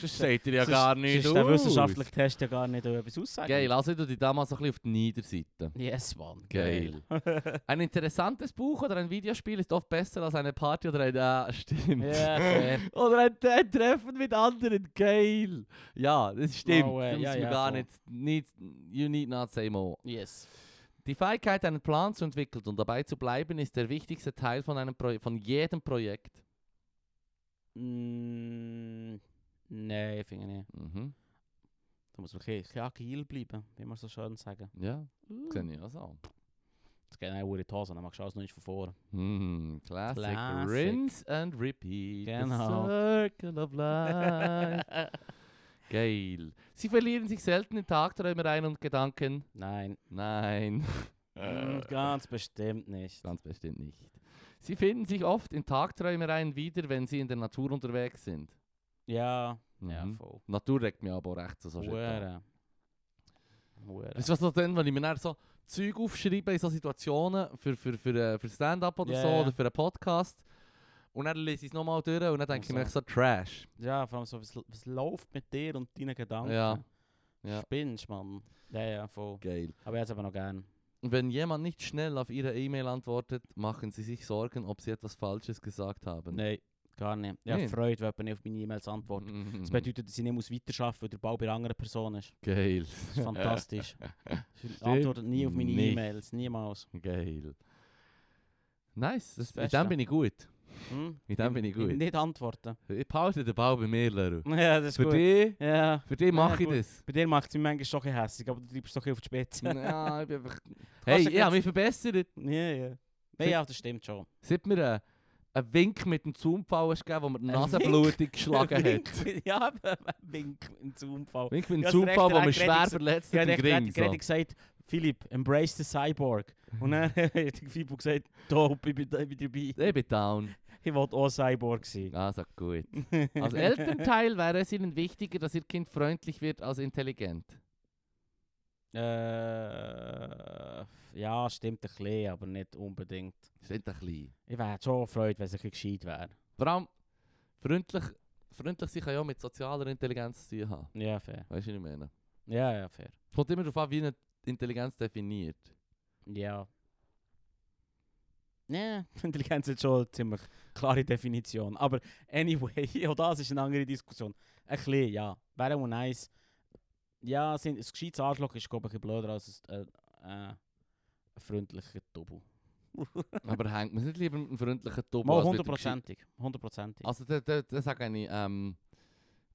Sonst sagt ihr ja sonst- gar nicht sonst aus. der wissenschaftliche Test ja gar nicht etwas aussagen. Geil, also ich tue dich damals so ein bisschen auf die Niederseite. Yes, Mann. Geil. ein interessantes Buch oder ein Videospiel ist oft besser als eine Party oder ein... Ah, stimmt. Ja, fair. Oder ein, ein Treffen mit anderen. Geil. Ja, das stimmt. No way. Da muss Ja, man ja, gar voll. nicht, nicht... You need not say more. Yes. Die Fähigkeit, einen Plan zu entwickeln und dabei zu bleiben, ist der wichtigste Teil von, einem Pro von jedem Projekt. Mm, nein, finde ich nicht. Mhm. Da muss man ein bisschen- ein bisschen agil bleiben, wie man so schön sagen. Ja, Uh. sehe ich auch so. Das geht auch in die Hose, dann machst du alles noch nicht von vorne. Mhm. Classic. Classic. Rinse and repeat. Genau. The circle of life. Geil. Sie verlieren sich selten in Tagträumereien und Gedanken. Nein, Nein. Mm, ganz bestimmt nicht. Äh. Ganz bestimmt nicht. Sie finden sich oft in Tagträumereien wieder, wenn sie in der Natur unterwegs sind. Ja, ja, Mhm. voll. Natur regt mich aber auch recht so. so shit an. Hure. Also, Hure. Weißt du, was noch dann, wenn ich mir dann so Zeug aufschreibe in so Situationen für, für, für, äh, für Stand-up oder Ja, so ja. oder für einen Podcast und dann lese ich es nochmal durch und dann denke ich mir so. echt so Trash. Ja, vor allem so, was, was läuft mit dir und deinen Gedanken? Ja. Ja. Spinnst, Mann. Ja, ja, voll. Geil. Aber jetzt aber noch gern. Und wenn jemand nicht schnell auf ihre E-Mail antwortet, machen sie sich Sorgen, ob sie etwas Falsches gesagt haben. Nein, gar nicht. Ja, Nee. freut, wenn jemand nicht auf meine E-Mails antwortet. Mm. Das Mhm. bedeutet, dass ich nicht muss weiterarbeiten muss, weil der Ball bei einer anderen Person ist. Geil. Das ist fantastisch. Sie antwortet nie auf meine nicht. E-Mails, niemals. Geil. Nice, das, in Beste. dem bin ich gut. Hm? In dem bin ich gut. Nicht antworten. Ich behalte den Ball bei mir, Leru. Ja, das ist Für gut. dich, Ja. für dich mache ich gut. das. Bei dir macht es mich manchmal schon ein bisschen hässig, aber du treibst doch ein bisschen auf die Spitze. ja, ich bin einfach... kannst ja Hey, ich habe ganz- mich verbessert. Ja, ja. Nein, ja, das stimmt schon. Sieht mir einen, einen Wink mit dem Zaumpfahl hast gegeben, wo mir die Ein Nasenblutung geschlagen hat. Wink, ja, eben, ein Wink im Zoom-Fall. Wink mit dem Ja, das Zaumpfahl, recht, wo mir recht, schwer recht, verletzt Ich hat habe im Ring. gerade So. gerade gesagt, Philipp, embrace the Cyborg. Und dann hat der Fibu gesagt, dope, ich bin, da- ich bin dabei. Ich bin down. Ich wollte auch Cyborg sein. Also gut. Als Elternteil wäre es ihnen wichtiger, dass ihr Kind freundlich wird als intelligent. Äh, ja, stimmt ein bisschen, aber nicht unbedingt. Sind ein bisschen. Ich wäre schon gefreut, wenn es ein bisschen gescheit wäre. Vor allem, freundlich, freundlich sein kann ja auch mit sozialer Intelligenz zu tun haben. Ja, fair. Weißt du, was ich meine? Ja, ja, fair. Es kommt immer darauf an, wie eine Intelligenz definiert. Ja. Ja, Intelligenz hat schon eine ziemlich klare Definition. Aber anyway, auch das ist eine andere Diskussion. Ein bisschen, ja. Wäre auch nice. Ja, sind, ein gescheites Arschloch ist, glaube ich, ein bisschen blöder als ein, äh, äh, ein freundlicher Double. Aber hängt man nicht lieber mit einem freundlichen Tobi Mal als mit einem hundertprozentig. Hundertprozentig. gescheit- Also, da, da, da sage ich, ähm,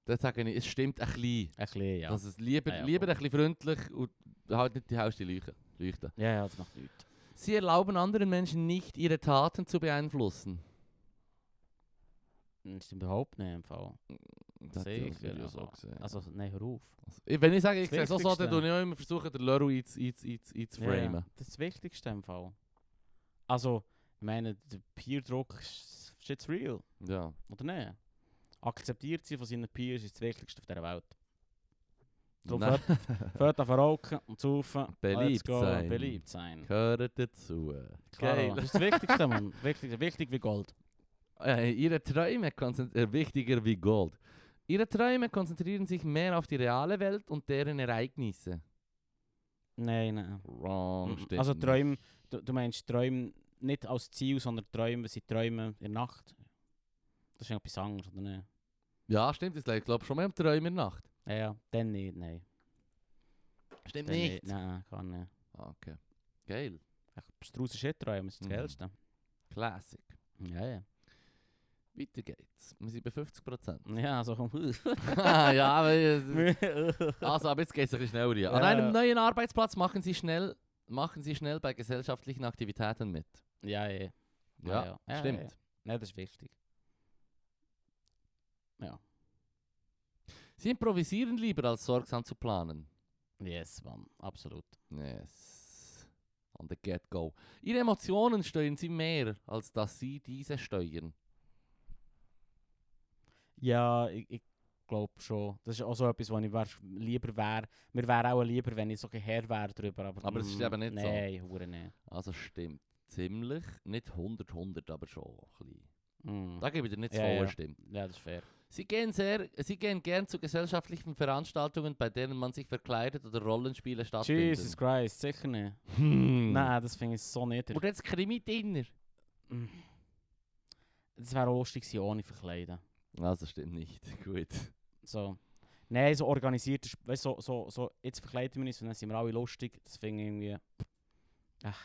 da sage ich, es stimmt ein bisschen. Ein bisschen, ja. Also, es lieber, Ja, ja, lieber voll. ein bisschen freundlich und halt nicht die hellste Leuchte. Leuchte. ja, ja, das macht nichts. Sie erlauben anderen Menschen nicht, ihre Taten zu beeinflussen. Das stimmt überhaupt nicht im Fall. Das hat Sicher, ich ja so aber- gesehen. Also, nein, hör auf. Also, ich- wenn ich sage, ich Das sehe so, so, Wichtigste. dann versuche ich auch immer, versuchen, den Leru einzuframen. Ja, das ist das Wichtigste im Fall. Also, ich meine, der Peer-Druck ist ist jetzt real, Ja. oder nicht? Akzeptiert sie von seinen Peers ist das Wichtigste auf dieser Welt. Drum Nein, Fährt auf Rauchen und zu rufen. Beliebt sein. Beliebt sein. gehört dazu. Klar, das Geil. ist das Wichtigste, Mann. Wichtig, wichtig wie Gold. Äh, ihre Träume konzentrieren, äh, wichtiger wie Gold. Ihre Träume konzentrieren sich mehr auf die reale Welt und deren Ereignisse. Nein, nein. Wrong. Mm, Oh, stimmt Also nicht. Träume, du, du meinst Träume nicht als Ziel, sondern Träume, sie träumen in der Nacht. Das ist etwas anderes, oder nicht? Ja, stimmt. Es liegt, glaube ich, schon mehr um Träume in der Nacht. Ja, ja, dann nicht, nein. Stimmt Dann nicht. Nein, gar nicht. Ah, okay. Geil. Echt abstruse Shit-Träume ist eh das Mhm. Geilste. Classic. Ja, ja. Weiter geht's. Wir sind bei 50%. Ja, also komm. ah, ja, aber... also, Also, aber jetzt geht es ein bisschen schneller. Ja. An Ja. einem neuen Arbeitsplatz machen Sie schnell, machen Sie schnell bei gesellschaftlichen Aktivitäten mit. ja, ja. Ja, ja. Ah, Ja, stimmt. ja. Nein, das ist wichtig. Sie improvisieren lieber, als sorgsam zu planen. Yes, Mann, absolut. Yes. On the get-go. Ihre Emotionen steuern Sie mehr, als dass Sie diese steuern. Ja, ich, ich glaube schon. Das ist auch so etwas, was ich wahrsch- lieber wäre. Mir wäre auch lieber, wenn ich so ein Herr wäre drüber. Aber, Aber es ist mm, eben nicht so. Nein, hure nicht. Also stimmt. Ziemlich. Nicht 100, 100, aber schon ein bisschen. Mm. Da gebe ich dir nicht Ja, voll, ja. stimmt. Ja, das ist fair. Sie gehen, sehr, Sie gehen gern zu gesellschaftlichen Veranstaltungen, bei denen man sich verkleidet oder Rollenspiele stattfinden. Jesus Christ, Nou, sicher nicht. Hm. Nein, das finde ich so nicht. Und jetzt Krimi-Dinner. Das wäre auch lustig gewesen, ohne Verkleiden. Also stimmt nicht. Gut. So. Nein, so organisiert, ist- weißt du, so, so, so, jetzt verkleiden wir uns und dann sind wir alle lustig. Das finde ich irgendwie. Ach,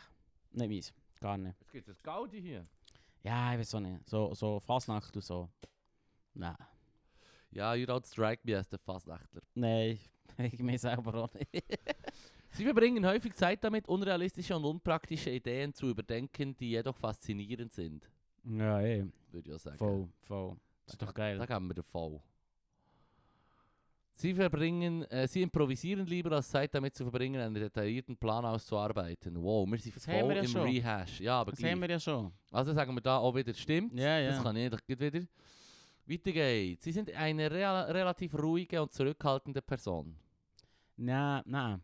nicht meins. Gar nicht. Jetzt gibt es Gaudi hier. Ja, ich weiß auch nicht. So, so Fasnacht und so. Nein. Ja, you don't strike me as the Fastnachtler. Nein, ich mir selber auch nicht. Sie verbringen häufig Zeit damit, unrealistische und unpraktische Ideen zu überdenken, die jedoch faszinierend sind. Ja, eh. Würde ich auch sagen. Voll, voll. Das ist doch Da geil. geben wir den Fall. Sie verbringen, äh, sie improvisieren lieber, als Zeit damit zu verbringen, einen detaillierten Plan auszuarbeiten. Wow, wir sind Das haben voll wir ja im schon. Rehash. Ja, aber Das haben gleich. wir ja schon. Also sagen wir da auch wieder, stimmt. Ja, ja. Das kann ich doch gleich wieder. Weiter geht's. Sie sind eine rea- relativ ruhige und zurückhaltende Person. Nein, nein.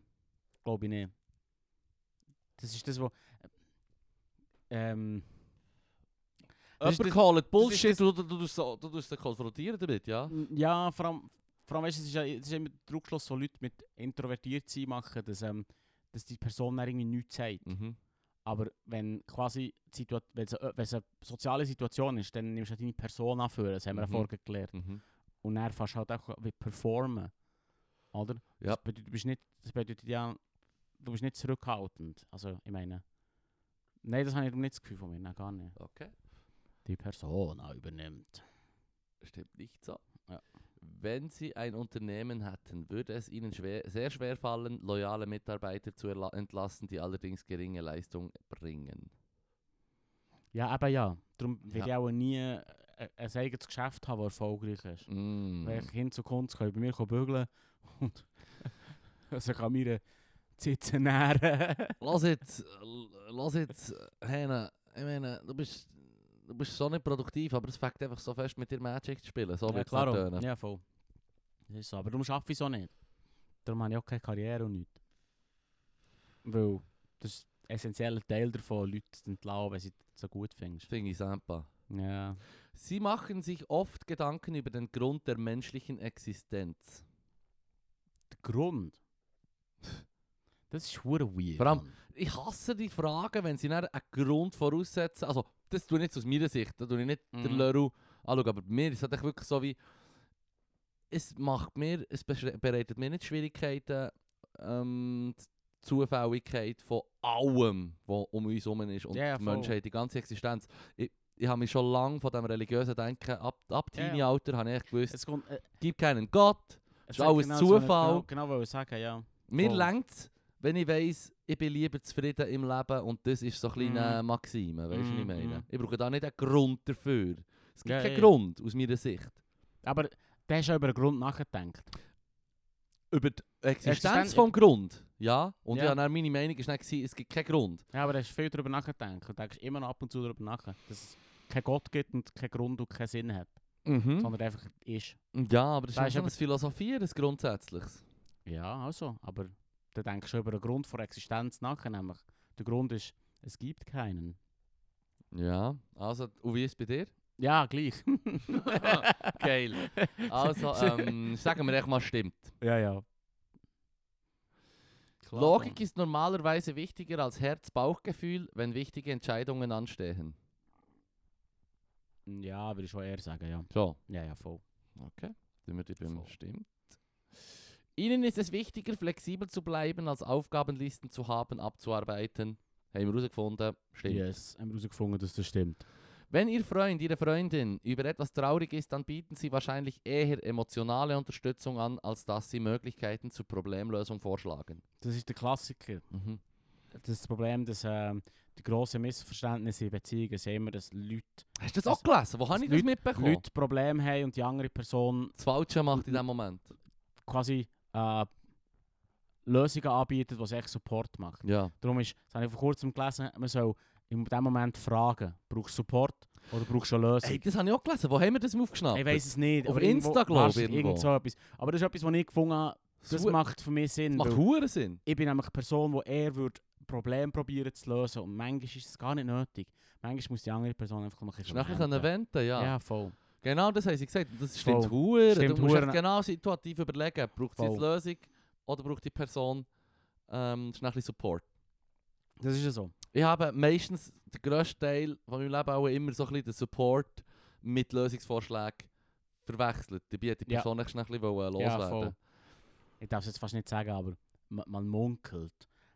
Glaube ich nicht. Das ist das, wo. Ähm. Das ist Jemand das- callt das Bullshit, du, du, du, tust so- du tust dich konfrontieren damit, ja? Ja, vor allem, vor allem weißt, du, es ist, ja, es ist immer der Rückschluss, den Leute mit introvertiert sein machen, dass, ähm, dass die Person dann irgendwie nichts sagt. Mhm. Aber wenn quasi die Situa wenn es, eine- wenn es eine soziale Situation ist, dann nimmst du halt deine Person anführen, das haben wir ja Mhm. vorher gelernt. Mhm. Und dann fährst du halt auch wie performen. Oder? Ja. Das, bedeutet, du bist nicht, das bedeutet ja, du bist nicht zurückhaltend. Also, ich meine. Nein, das habe ich nicht das Gefühl von mir, nein, gar nicht. Okay. Die Person auch übernimmt. Stimmt nicht so. Ja. Wenn Sie ein Unternehmen hätten, würde es Ihnen schwer, sehr schwer fallen, loyale Mitarbeiter zu erla- entlassen, die allerdings geringe Leistung bringen. Ja, aber ja. Darum will Ja. ich auch nie äh, ein eigenes Geschäft haben, das erfolgreich ist. Mm. Weil ich hin zu Kunst kann, bei mir kann bügeln und also kann mir Zitzen nähren. Lass jetzt, lass jetzt, Hannah, ich meine, du bist, du bist so nicht produktiv, aber es fängt einfach so fest mit dir Magic zu spielen. So ja, wird's klar. nicht tönen. Ja, voll. Das ist so. Aber darum arbeite ich so nicht. Darum habe ich auch keine Karriere und nichts. Weil das ist ein essentieller Teil davon, Leute zu entlassen, wenn sie es so gut findest. Finde ich Sampa. Ja. Sie machen sich oft Gedanken über den Grund der menschlichen Existenz. Der Grund. Das ist hure weird. Vor allem- Mann. Ich hasse die Fragen, wenn sie dann einen Grund voraussetzen. Also, das tue ich jetzt aus meiner Sicht, da tue ich nicht den Mhm. Leru anschauen. Aber mir ist es halt wirklich so wie. Es macht mir, es beschre- bereitet mir nicht Schwierigkeiten, ähm, die Zufälligkeit von allem, was um uns herum ist und Ja, ja, die voll. Menschheit, die ganze Existenz. Ich, ich habe mich schon lange von dem religiösen Denken, ab, ab Ja, ja. Teenie-Alter, habe ich echt gewusst, es Es kommt. Äh, gibt keinen Gott. es ist alles das, was ich Zufall. Genau, genau wollte sagen, ja. Mir Voll. längt es, wenn ich weiss, ich bin lieber zufrieden im Leben und das ist so eine kleine Maxime, weißt du, was ich Mhm, meine? mhm. Ich brauche da nicht einen Grund dafür. Es gibt Ja, keinen ja. Grund, aus meiner Sicht. Aber da hast du ja über den Grund nachgedacht. Über die Existenz Existenz- des Grund, ja. Und Ja. ja. dann meine Meinung war, dann, es gibt keinen Grund. Ja, aber da hast du viel darüber nachgedacht. Und denkst immer noch ab und zu darüber nach, dass es keinen Gott gibt und keinen Grund und keinen Sinn hat, sondern einfach ist. Ja, aber das Da ist ist schon ein Mhm. aber- Philosophieren, ein grundsätzliches. Ja, also. Aber da denkst du über den Grund der Existenz nach, nämlich. Der Grund ist, es gibt keinen. Ja, also, und wie ist es bei dir? Ja, gleich. Geil. Also, ähm, sagen wir echt mal, stimmt. Ja, ja. Klar, Logik ist normalerweise wichtiger als Herz-Bauchgefühl, wenn wichtige Entscheidungen anstehen. Ja, würde ich schon eher sagen, ja. So, Ja, ja, voll. sind wir die beim So. Stimmt. Ihnen ist es wichtiger, flexibel zu bleiben, als Aufgabenlisten zu haben, abzuarbeiten. Haben wir herausgefunden. Stimmt. Yes, haben wir herausgefunden, dass das stimmt. Wenn Ihr Freund, Ihre Freundin über etwas traurig ist, dann bieten Sie wahrscheinlich eher emotionale Unterstützung an, als dass Sie Möglichkeiten zur Problemlösung vorschlagen. Das ist der Klassiker. Mhm. Das ist das Problem, dass ähm, die grossen Missverständnisse in Beziehungen sind immer, dass Leute, Hast du das Das- auch gelesen? Wo habe ich Also, das Leute- mitbekommen? Leute Probleme haben und die andere Person Das Falsche macht in dem Moment. quasi äh, Lösungen anbietet, die echt Support macht. Ja. Darum ist, das habe ich vor kurzem gelesen, man soll in dem Moment fragen, brauchst du Support oder brauchst du eine Lösung? Ey, das habe ich auch gelesen. Wo haben wir das aufgeschnappt? ich weiß es nicht. auf aber irgendwo- Insta, glaub ich, wahrscheinlich irgendwo. Irgend so etwas. Aber das ist etwas, was ich gefunden habe, das Su- macht für mich Sinn. macht weil- Huren Sinn. ich bin nämlich eine Person, die eher würde Probleme probieren zu lösen und manchmal ist es gar nicht nötig. Manchmal muss die andere Person einfach mal ein Ist bisschen nachher können wenden, ja. ja. voll. Genau das haben sie gesagt. Und Das stimmt Voll. Huren. Stimmt du musst echt Huren. genau situativ überlegen, braucht sie jetzt Voll. Lösung oder braucht die Person ähm, schnell ein bisschen Support. Das ist ja so. Ich habe meistens den grössten Teil von meinem Leben auch immer so ein bisschen den Support mit Lösungsvorschlägen verwechselt. Dabei hat die Ja. Person echt schnell ein bisschen wollen Ja, loswerden. voll. Ich darf es jetzt fast nicht sagen, aber ma- man munkelt,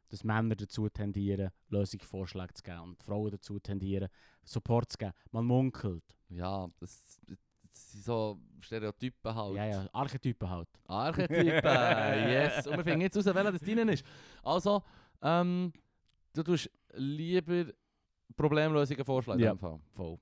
dass Männer dazu tendieren, Lösungsvorschläge zu geben und Frauen dazu tendieren, Support zu geben. Man munkelt. Ja, das, das sind so Stereotypen halt. Ja, ja, Archetypen halt. Archetypen, yes. Und wir finden jetzt raus, welcher das deinen ist. Also, ähm, du tust lieber Problemlösungen vorschlagen. in Ja. dem Fall. Voll.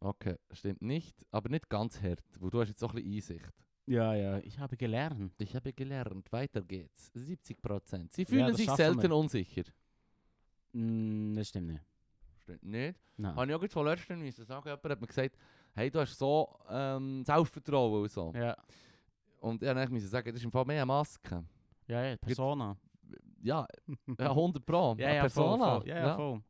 Okay, stimmt nicht, aber nicht ganz hart, weil du hast jetzt so ein bisschen Einsicht. Ja, ja, ich habe gelernt. Ich habe gelernt, weiter geht's. 70 Prozent. Sie Ja, fühlen das sich schaffen wir. selten unsicher. Mm, das stimmt nicht. Stimmt nicht. Nein. Habe ich auch jetzt von letztem müssen sagen, jemand hat mir gesagt, hey, du hast so ähm, Selbstvertrauen und so. Ja, Und ich musste sagen, das ist im Fall mehr eine Maske. ja, ja, Persona. Ja, ja 100 Pro. Ja, eine ja, Persona. Voll, voll. Ja, ja, voll.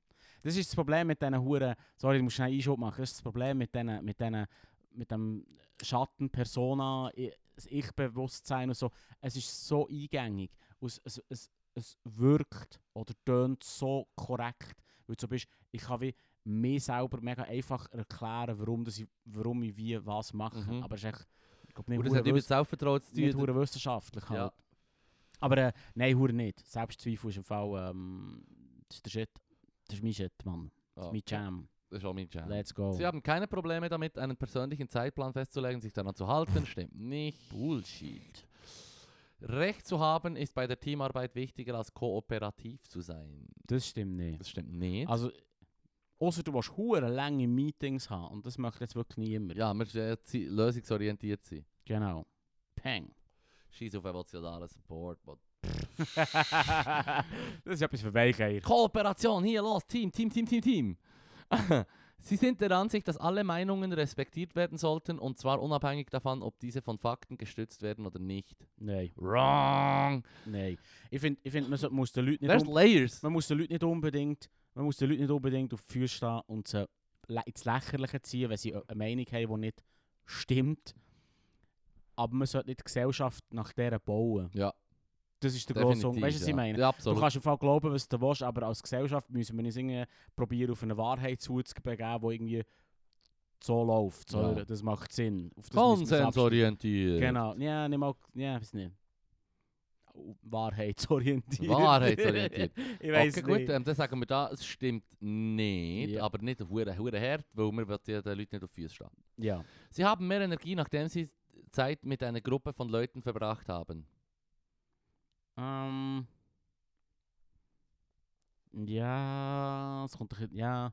Das ist das Problem mit diesen Huren. Sorry, ich muss schnell einen Einschub machen. Das ist das Problem mit diesen, mit diesen, mit dem Schatten, Persona, I- das Ich-Bewusstsein und so. Es ist so eingängig. Und es, es, es, es wirkt oder tönt so korrekt. Weil du so bist, ich kann wie mir selber mega einfach erklären, warum, das ich, warum ich wie was mache. Mhm. Aber es ist echt, ich glaube, nicht Und das hure hat über wiss- Selbstvertrauen zu nicht tun. hure wissenschaftlich Ja. halt. Aber äh, nein, hure nicht. Selbstzweifel ist im Fall, ähm, das ist der Shit. Das ist mein Shit, Mann. Das Ah, ist mein Jam. Das ist auch mein Jam. Let's go. Sie haben keine Probleme damit, einen persönlichen Zeitplan festzulegen, sich daran zu halten. Stimmt nicht. Bullshit. Recht zu haben ist bei der Teamarbeit wichtiger als kooperativ zu sein. Das stimmt nicht. Das stimmt nicht. Also, außer du willst hure lange Meetings haben und das möchte jetzt wirklich niemand. ja, wir müssen ja zie- lösungsorientiert sein. Genau. Peng. Scheiß auf emotionalen Support. Mann. das ist etwas für Weigeier. Kooperation, hier los, Team, Team, Team, Team, Team. Sie sind der Ansicht, dass alle Meinungen respektiert werden sollten und zwar unabhängig davon, ob diese von Fakten gestützt werden oder nicht. Nein, Wrong! nein. Ich finde, ich find, man so- muss den Leuten nicht, There's um, layers. man muss den Leuten nicht unbedingt, man muss den Leuten nicht unbedingt auf die Füße stehen und sie lä- ins Lächerliche ziehen, wenn sie eine Meinung haben, die nicht stimmt. Aber man sollte nicht die Gesellschaft nach der bauen. Ja. Das ist der grosse Definitiv. Unterschied. Weißt du, was ich ja. meine? Ja, Du absolut. kannst im Fall glauben, was du willst, aber als Gesellschaft müssen wir uns irgendwie probieren, auf eine Wahrheit zuzubegeben, die irgendwie so läuft. So, Ja. Das macht Sinn. Auf das müssen wir uns abstimmen. Konsensorientiert. Genau. Ja, nicht mal, ja, Oh, weiß nicht. Au- Wahrheitsorientiert. Wahrheitsorientiert. ich weiß okay, gut, nicht. ähm, dann sagen wir da, es stimmt nicht, Ja. aber nicht auf hure hure hart, weil wir wollen ja den Leuten nicht auf die Füße stehen. Ja. Sie haben mehr Energie, nachdem sie Zeit mit einer Gruppe von Leuten verbracht haben. Ähm. Ja, es kommt ein bisschen- ja.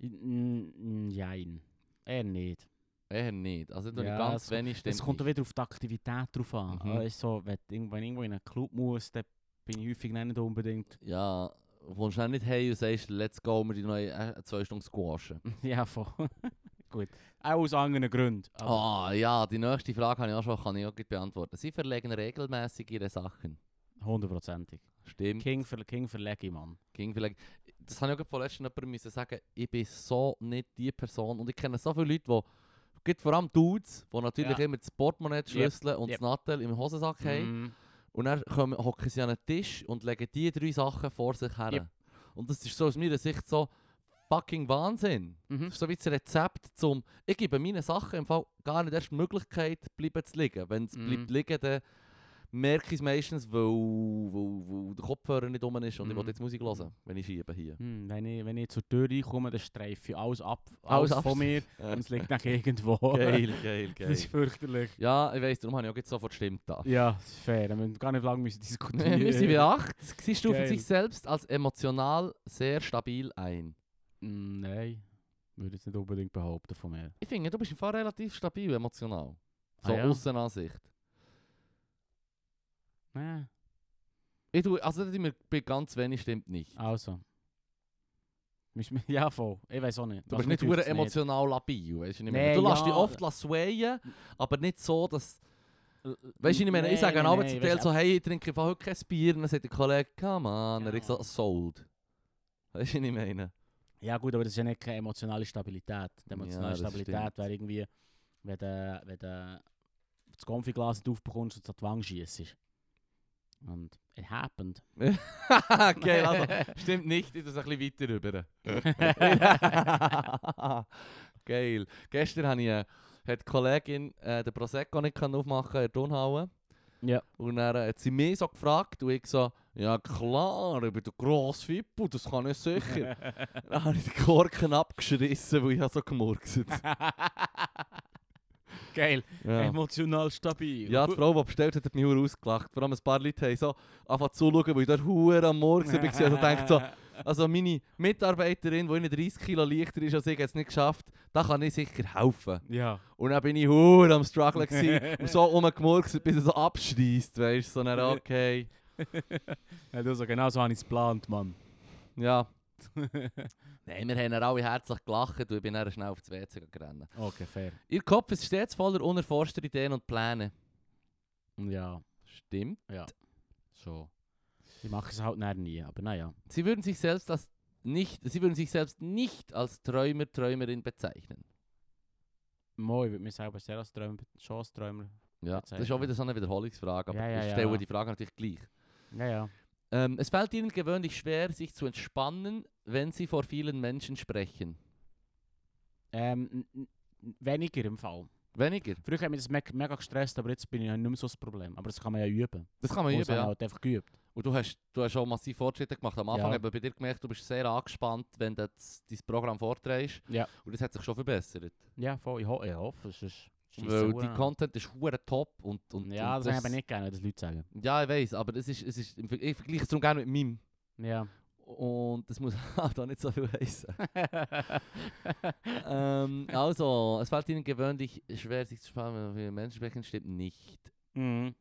N- n- Nein. Eher nicht. Eher nicht. Also nur Ja, ganz es- wenig stimmt. Es kommt nicht. auch wieder auf die Aktivität drauf an. Mhm. Also, wenn, du irgend- wenn ich irgendwo in einen Club muss, dann bin ich häufig nicht unbedingt. Ja, wohnst du nicht hey und sagst, let's go, wir die neue äh, zwei Stunden squashen. ja, voll. Gut. Auch aus anderen Gründen. aber- Ah, ja, die nächste Frage habe ich auch schon, kann ich auch gleich beantworten. Sie verlegen regelmäßig ihre Sachen. Hundertprozentig. Stimmt. King, Ver King verlege ich, Mann. ging vielleicht. Das habe ich auch gerade vorletzten jemandem müssen sagen, ich bin so nicht die Person. Und ich kenne so viele Leute, die, gibt vor allem Dudes, die natürlich Ja. immer das Portemonnaie, die Schlüssel und Yep. das Nattel im Hosensack haben. Mm. Und dann kommen, hocken sie an den Tisch und legen die drei Sachen vor sich her. Yep. Und das ist so aus meiner Sicht so fucking Wahnsinn. Mhm. Das ist so wie das Rezept zum, ich gebe meinen Sachen im Fall gar nicht erst die Möglichkeit, bleiben zu liegen. Wenn es Mhm. bleibt liegen, dann merke ich es meistens, weil, weil, weil der Kopfhörer nicht rum ist und ich Mhm. will jetzt Musik hören, wenn ich schiebe hier. Hm, wenn, ich, wenn ich zur Tür reinkomme, dann streife ich alles ab. Alles Alles, ab. von mir und es liegt nach irgendwo. geil, Das ist fürchterlich. Ja, ich weiss, darum habe ich auch jetzt sofort stimmt da. Ja, das ist fair. Wir müssen gar nicht lange müssen diskutieren. Wir sind bei 80. Sie stufen Geil. sich selbst als emotional sehr stabil ein. Mm, Nein. Würde ich jetzt nicht unbedingt behaupten von mir. Ich finde, du bist im Fall relativ stabil emotional. Ah So ja? Aussenansicht. Ja. Ich tue, also da sind wir bei ganz wenig stimmt nicht. Also. Mich- mich- Ja, voll. Ich weiß auch nicht. Du Also, bist nicht mich hure tut's emotional labil, weißt du nicht Nee, mehr. Du lässt ja. dich oft la- swayen, aber nicht so, dass... L- Weißt du, ich meine, nee, ich sage nee, am Abend nee, zum weisst Teil so, hey, ich trinke im Fall heute kein Bier. Und dann sagt der Kollege, come on, er Ja. ist so sold. Weißt du, was ich meine? Ja, gut, aber das ist ja nicht keine emotionale Stabilität. Die Ja, emotionale das stimmt. Stabilität wäre irgendwie, wenn du, wenn du das Konfiglas nicht aufbekommst und es an die Wange schiessest. Und it happened. Geil, also, stimmt nicht, ich tue es ein bisschen weiter rüber. Geil. Gestern habe ich, äh, hat die Kollegin äh, den Prosecco nicht können aufmachen in der Turnhalle. Ja. Und dann äh, hat sie mich so gefragt und ich so, ja klar, ich bin der grosse Fippo, das kann ich sicher. dann habe ich die Korken abgeschrissen, weil ich habe so gemurkset Geil. ja. Emotional stabil. Ja, die Frau, die bestellt hat, hat mich verdammt ausgelacht. Vor allem ein paar Leute haben so angefangen zu schauen, weil ich dort hure am Morgen war. Also ich dachte so, also meine Mitarbeiterin, die in 30 Kilo leichter ist als ich, hat es nicht geschafft. Da kann ich sicher helfen. Ja. Und dann bin ich hure am strugglen gewesen und so rumgemurkst, bis er so abschreist, weißt du, so dann, okay, ja du, so, genau so habe ich es geplant, Mann. ja. Nein, wir haben dann alle herzlich gelacht und ich bin dann schnell auf das WC gerannt. Okay, fair. Ihr Kopf ist stets voller unerforschter Ideen und Pläne. Ja, Stimmt. schon. Ich mache es halt nachher nie, aber naja. Sie würden sich selbst als nicht, sie würden sich selbst nicht als Träumer, Träumerin bezeichnen. Moi, ich würde mich selber sehr als Träumer, schon als Träumer. Ja, das ist auch wieder so eine Wiederholungsfrage, aber Ja, ja, ich ja. stelle die Frage natürlich gleich. Ja, ja. Ähm, es fällt ihnen gewöhnlich schwer, sich zu entspannen, wenn sie vor vielen Menschen sprechen. Ähm, n- n- n- weniger im Fall. Weniger. Früher hat mich das meg- mega gestresst, aber jetzt bin ich ja nicht mehr so das Problem. Aber das kann man ja üben. Das kann man Und üben, das habe ich ja. halt einfach geübt. Und du hast, du hast auch massiv Fortschritte gemacht. Am Anfang Ja. habe ich bei dir gemerkt, du bist sehr angespannt, wenn du das- dein Programm vorträgst. Ja. Und das hat sich schon verbessert. Ja, voll. Ich, ho ich hoffe, es ist... scheisse Weil Hure dein an. Content ist hure top und, und, Ja, und das habe ich nicht gerne, dass Leute sagen. Ja, ich weiß, aber es ist, es ist, im Ver- ich vergleiche es darum gerne mit meinem. Ja. Und das muss halt auch nicht so viel heißen. ähm, also, es fällt ihnen gewöhnlich schwer, sich zu sparen, wenn viele Menschen sprechen, stimmt nicht. mhm.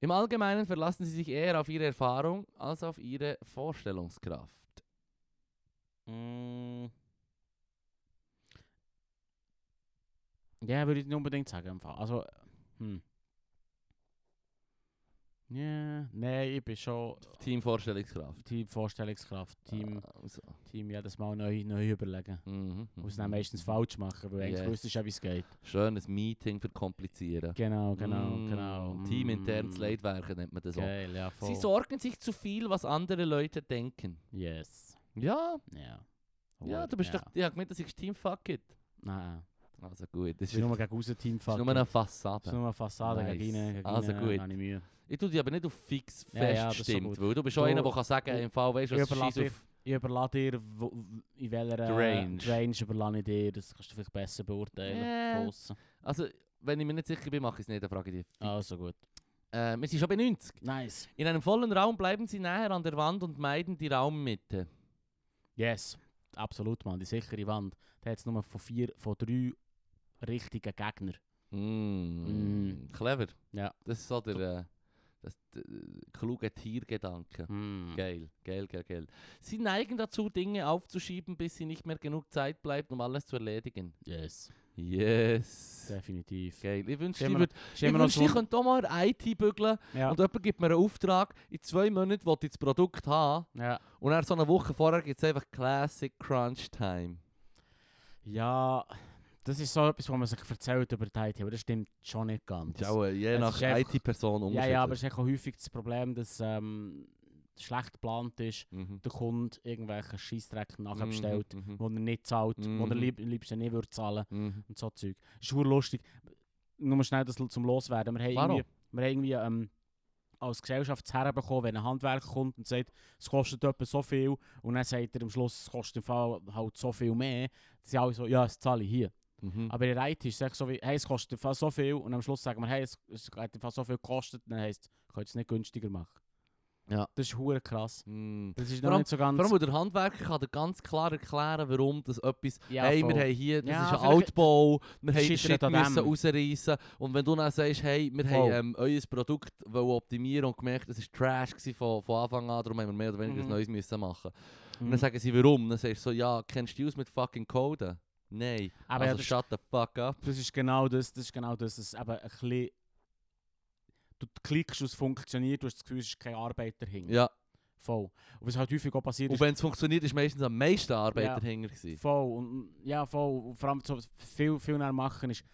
Im Allgemeinen verlassen sie sich eher auf ihre Erfahrung als auf ihre Vorstellungskraft. Mm. Ja, würde ich nicht unbedingt sagen. im Fall. Also, hm. Ja, nein, ich bin schon Team Vorstellungskraft. Team Vorstellungskraft, Team, Also. Team jedes Mal neu, neu überlegen. Mhm. Und Ah, es dann meistens falsch machen, weil eigentlich Yes. wüsstest du ja, wie es geht. Schönes Meeting verkomplizieren. Genau, genau, Mm, genau. Teaminternes Mm. Leitwerken nennt man das auch. Geil, ja, voll. Sie sorgen sich zu viel, was andere Leute denken. Yes. Ja, Ja. ja, du bist Oh, ja. Ah, doch. Ich hab gemeint, das ist Team Fuck It. Nein, Also gut, das das ist, ist nur das gegen aussen ist Teamfuck. nur eine Das ist Fassade. nur eine Fassade Nice. gegen innen, gegen Also innen gut. habe ich Mühe. Ich tue dich aber nicht auf fix Ja, ja, das ist so feststimmt, gut. weil du bist schon Du- einer, der kann sagen, im Fall weißt du, was Überlass scheiß auf. Ich überlasse dir, wo, w- in welcher Die Range. die Range überlasse ich dir, das kannst du vielleicht besser beurteilen. Ja. von aussen. Also, wenn ich mir nicht sicher bin, mache ich es nicht, dann frage ich dich. Also gut. Äh, wir sind schon bei 90. Nice. In einem vollen Raum bleiben sie näher an der Wand und meiden die Raummitte. Yes, absolut, Mann. Die sichere Wand. Da hat es nur von vier, von drei richtigen Gegner. Mm. Clever. Ja. Das ist so der, äh, das, der äh, kluge Tiergedanke. Hmm. Geil, geil, geil, geil. Sie neigen dazu, Dinge aufzuschieben, bis sie nicht mehr genug Zeit bleibt, um alles zu erledigen. Yes, Yes. definitiv. Geil. Ich wünschte, ich, Immer- würd, Ist ich, immer noch wünschte, so. ich könnte auch mal IT bügeln um. Ja. und jemand gibt mir einen Auftrag, in zwei Monaten will ich das Produkt haben Ja. und dann so eine Woche vorher gibt es einfach Classic Crunch Time. ja, das ist so etwas, was man sich erzählt über die IT, aber das stimmt schon nicht ganz. Ist auch, äh, je Es nach ist einfach- IT-Person ja, ja, aber es unterschiedlich. ist echt auch häufig das Problem, dass ähm, schlecht geplant ist, Mhm. der Kunde irgendwelche Scheissdreck nachher bestellt, Mhm. wo er nicht zahlt, wo er Mhm. lieb, liebsten nicht würde zahlen Mhm. und so Zeug. Ist verdammt lustig. Nur schnell das zum Loswerden. Wir haben Claro. irgendwie, wir haben irgendwie ähm, als Gesellschaft es herbekommen, wenn ein Handwerker kommt und sagt, es kostet etwa so viel und dann sagt er am Schluss, es kostet im Fall halt so viel mehr. Das sind alle so, ja, das zahle ich hier. Mhm. Aber in der IT ist es echt so wie, hey, es kostet im Fall so viel und am Schluss sagen wir, hey, es, es hat im Fall so viel gekostet, dann heisst es, ich könnte es nicht günstiger machen. Ja. Das ist hure krass. Mhm. Das ist Vor noch allem- nicht so ganz... Vor allem, weil der Handwerker kann dir ganz klar erklären, warum das etwas... ja, hey, wir voll. haben hier, das Ja, ist ein vielleicht- Altbau, wir haben Scheitert den Shit an müssen dem. rausreißen. Und wenn du dann sagst, hey, wir Voll. haben ähm, euer Produkt wollen optimieren und gemerkt, das ist Trash gewesen von, von Anfang an, darum haben wir mehr oder weniger Mhm. ein neues müssen machen. Und Mhm. dann sagen sie, warum? Dann sagst du so, ja, kennst du dich aus mit fucking Coden? Nein. Aber Ah, ja, dus- also das- shut the fuck up. Das ist genau das, das ist genau das, dass eben ein bisschen... Du klickst, und es funktioniert, du hast das Gefühl, es ist keine Arbeit dahinter. Ja. Voll. Und was halt häufig auch passiert Und ist... wenn es funktioniert, ist meistens am meisten Arbeit dus- Ja. dahinter gewesen. Voll. Und, ja, voll. Und vor allem, so viel, viel näher machen ist...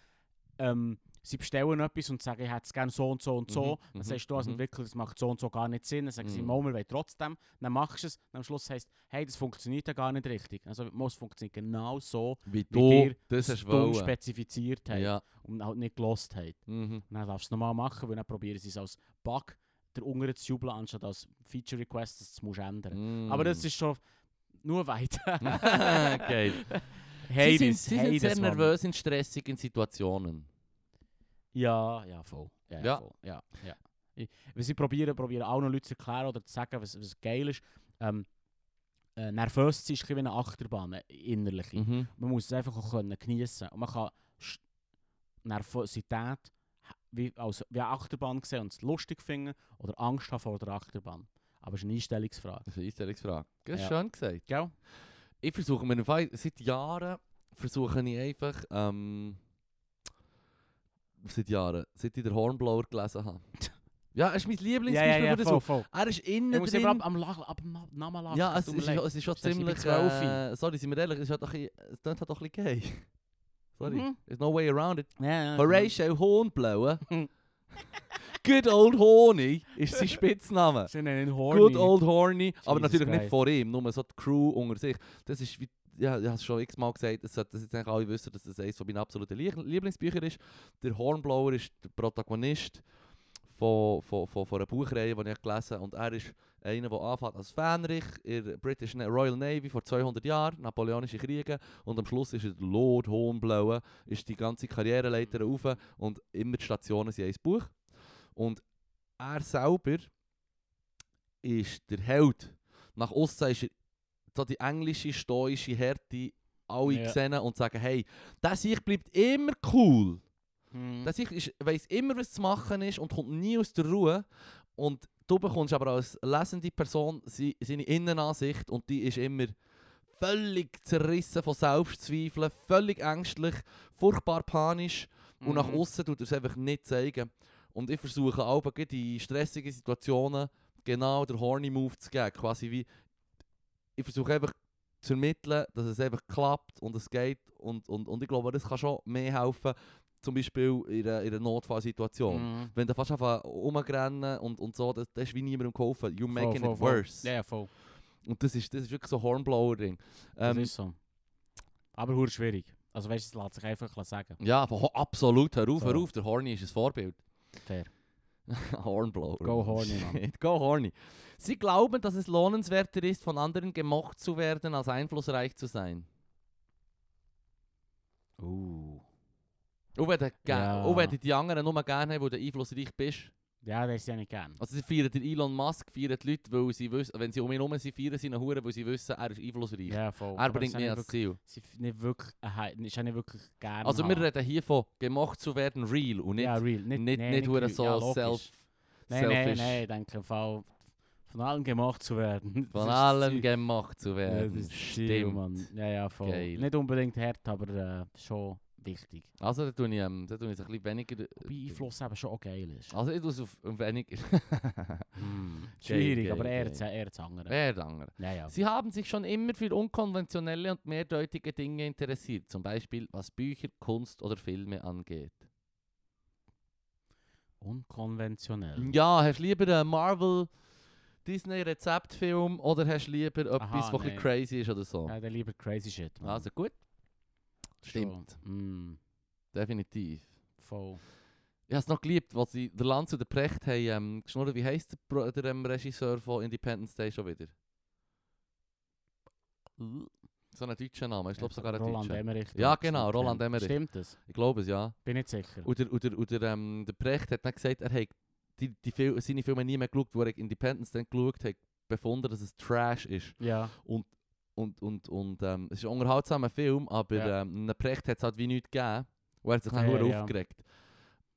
Ähm, sie bestellen etwas und sagen, ich hätte es gerne so und so und so. Mhm, mhm, Dann sagst du als mhm. Entwickler, das macht so und so gar nicht Sinn. Dann sagen sie, Mhm. mal, wir wollen trotzdem. Dann machst du es. Dann am Schluss heisst hey, das funktioniert ja gar nicht richtig. Also, es funktioniert genau so, Wie dir du das dass hast du wollen. spezifiziert hast Ja. und halt nicht gelost hast. Mhm. Und dann darfst du es nochmal machen, weil dann probieren sie es als Bug der Ungarn zu jubeln, anstatt als Feature Request, dass du es musst ändern Aber das ist schon nur weit. Mhm. Geil. hey, sie sind, das, sie hey, sind sehr das, Mann. nervös in stressigen Situationen. Ja, ja, voll. Ja, Ja. ja. voll. ja, ja. Ich- Wenn sie probieren, probieren auch noch Leute zu erklären oder zu sagen, was, was geil ist. Ähm, äh, nervös zu sein ist ein bisschen wie eine Achterbahn, äh, innerlich. Mhm. Man muss es einfach auch können geniessen Und man kann Sch- Nervosität h- wie, als, wie eine Achterbahn sehen und es lustig finden oder Angst haben vor der Achterbahn. Aber es ist eine Einstellungsfrage. Das ist eine Einstellungsfrage. Das ist Ja. schön gesagt. Gell? Ich versuche mir im Fall, seit Jahren versuche ich einfach, ähm, seit Jahren, seit ich den Hornblower gelesen habe. ja, er ist mein Lieblingsbeispiel für das. Buch. voll. Er ist innen Ich muss drin. immer ab, am Lachen, ab dem Namen lachen. ja, es es tut ist, mir leid. es ist schon Das ist ziemlich. bei 12. Äh, sorry, sind wir ehrlich, es ist halt doch ein bisschen- es klingt halt doch ein bisschen gay. Sorry, Mhm. there's no way around it. Ja, ja, Horatio Hornblower. Good old Horny ist sein Spitzname. Sie nennen ihn horny. Good old Horny, Ah, aber Jesus natürlich nicht Christ. vor ihm, nur so die Crew unter sich. Das ist wie, ja, ich habe es schon x-mal gesagt, das sollten jetzt eigentlich alle wissen, dass das eines von meinen absoluten Lie- Lieblingsbüchern ist. Der Hornblower ist der Protagonist von, von, von, von einer Buchreihe, die ich gelesen habe. Und er ist einer, der anfängt als Fähnrich in der British Na- Royal Navy vor 200 Jahren, Napoleonische Kriege. Und am Schluss ist er der Lord Hornblower, ist die ganze Karriereleiter rauf und immer die Stationen sind ein Buch. Und er selber ist der Held. Nach außen ist er so die englische, stoische Härte, alle Ja. sehen und sagen, hey, der Sieg bleibt immer cool. Hm. Der Sieg ist- weiss immer, was zu machen ist und kommt nie aus der Ruhe. Und du bekommst aber als lesende Person sie, seine Innenansicht und die ist immer völlig zerrissen von Selbstzweifeln, völlig ängstlich, furchtbar panisch und nach Mhm. außen tut er es einfach nicht zeigen. Und ich versuche auch in stressigen Situationen genau der horny Move zu geben, quasi wie ich versuche einfach zu ermitteln, dass es einfach klappt und es geht und, und, und ich glaube, das kann schon mehr helfen, zum Beispiel in einer, in einer Notfallsituation. Mhm. Wenn du fast einfach rumrennen und, und so, das, das ist wie niemandem geholfen. You're Voll, making voll, it voll. worse. Ja, ja, voll. Und das ist, das ist wirklich so Hornblower-Ding. Das Ähm, ist so. Aber hure schwierig. Also weißt du, das lässt sich einfach sagen. ja, aber ho- absolut, hör auf, hör So. auf, der Horny ist ein Vorbild. Fair. Hornblower. Go horny, Mann. Shit, Go horny. Sie glauben, dass es lohnenswerter ist, von anderen gemocht zu werden, als einflussreich zu sein. Uh. Und wenn, du ge- Ja. und wenn du die anderen nur gerne haben, weil du einflussreich bist. Ja, das ist ja nicht gern. Also sie feiern den Elon Musk, feiern die Leute, weil sie wissen, wenn sie um ihn herum sind, feiern sie ihn Huren, weil sie wissen, er ist einflussreich. Ja, voll. Er bringt mich nicht ans Ziel. nicht wirklich, ein Hi- ist ja nicht wirklich gern. Also wir haben. reden hier von gemocht zu werden, real und nicht ja, real. Nicht, nicht- nee, nicht hure real. so logisch. self- Nein, nein, selfish. nein, ich denke im Fall, von allem gemacht zu werden. Das Von ist das allen Ziel. gemacht zu Ja, werden. das ist das Ziel, Stimmt. Mann. Ja, ja, voll. Geil. Nicht unbedingt hart, aber äh, schon wichtig. Also da tue ich, ähm, da tue ich es ein bisschen weniger... Wobei Einfluss eben schon auch geil ist. Also ich tue es auf auf weniger... Hm, Geil, Schwierig, geil, aber geil. er zu eher zu anderen. Wer andere? Ja, ja. Sie haben sich schon immer für unkonventionelle und mehrdeutige Dinge interessiert, zum Beispiel was Bücher, Kunst oder Filme angeht. Unkonventionell. Ja, hast du lieber einen Marvel Disney Rezeptfilm oder hast du lieber etwas, Aha, was ein bisschen nein. crazy ist oder so? Ja, dann lieber crazy shit. Mann. Also gut, Schon. stimmt. Mm, definitiv. voll. Ich habe es noch geliebt, als sie der Land zu der Precht haben ähm, geschnurrt. Wie heisst der, Pro- der ähm, Regisseur von Independence Day schon wieder? So ein deutscher Name, ich glaube sogar ein Roland deutscher. Emmerich. Ja, glaubst du, genau, nicht Roland kennt. Emmerich. ähm, Stimmt das? Ich glaube es, ja. Bin nicht sicher. Und der, und der, und der, ähm, der Precht hat dann gesagt, er hat die, die Fil seine Filme nie mehr geschaut, wo er Independence dann geschaut hat, befunden, dass es Trash ist. ja. Und, und, und ähm, es ist ein unterhaltsamer Film, aber Ja. Ah, ähm, einem Precht hat es halt wie nichts gegeben. Und er hat sich dann Ja, nur ja. aufgeregt.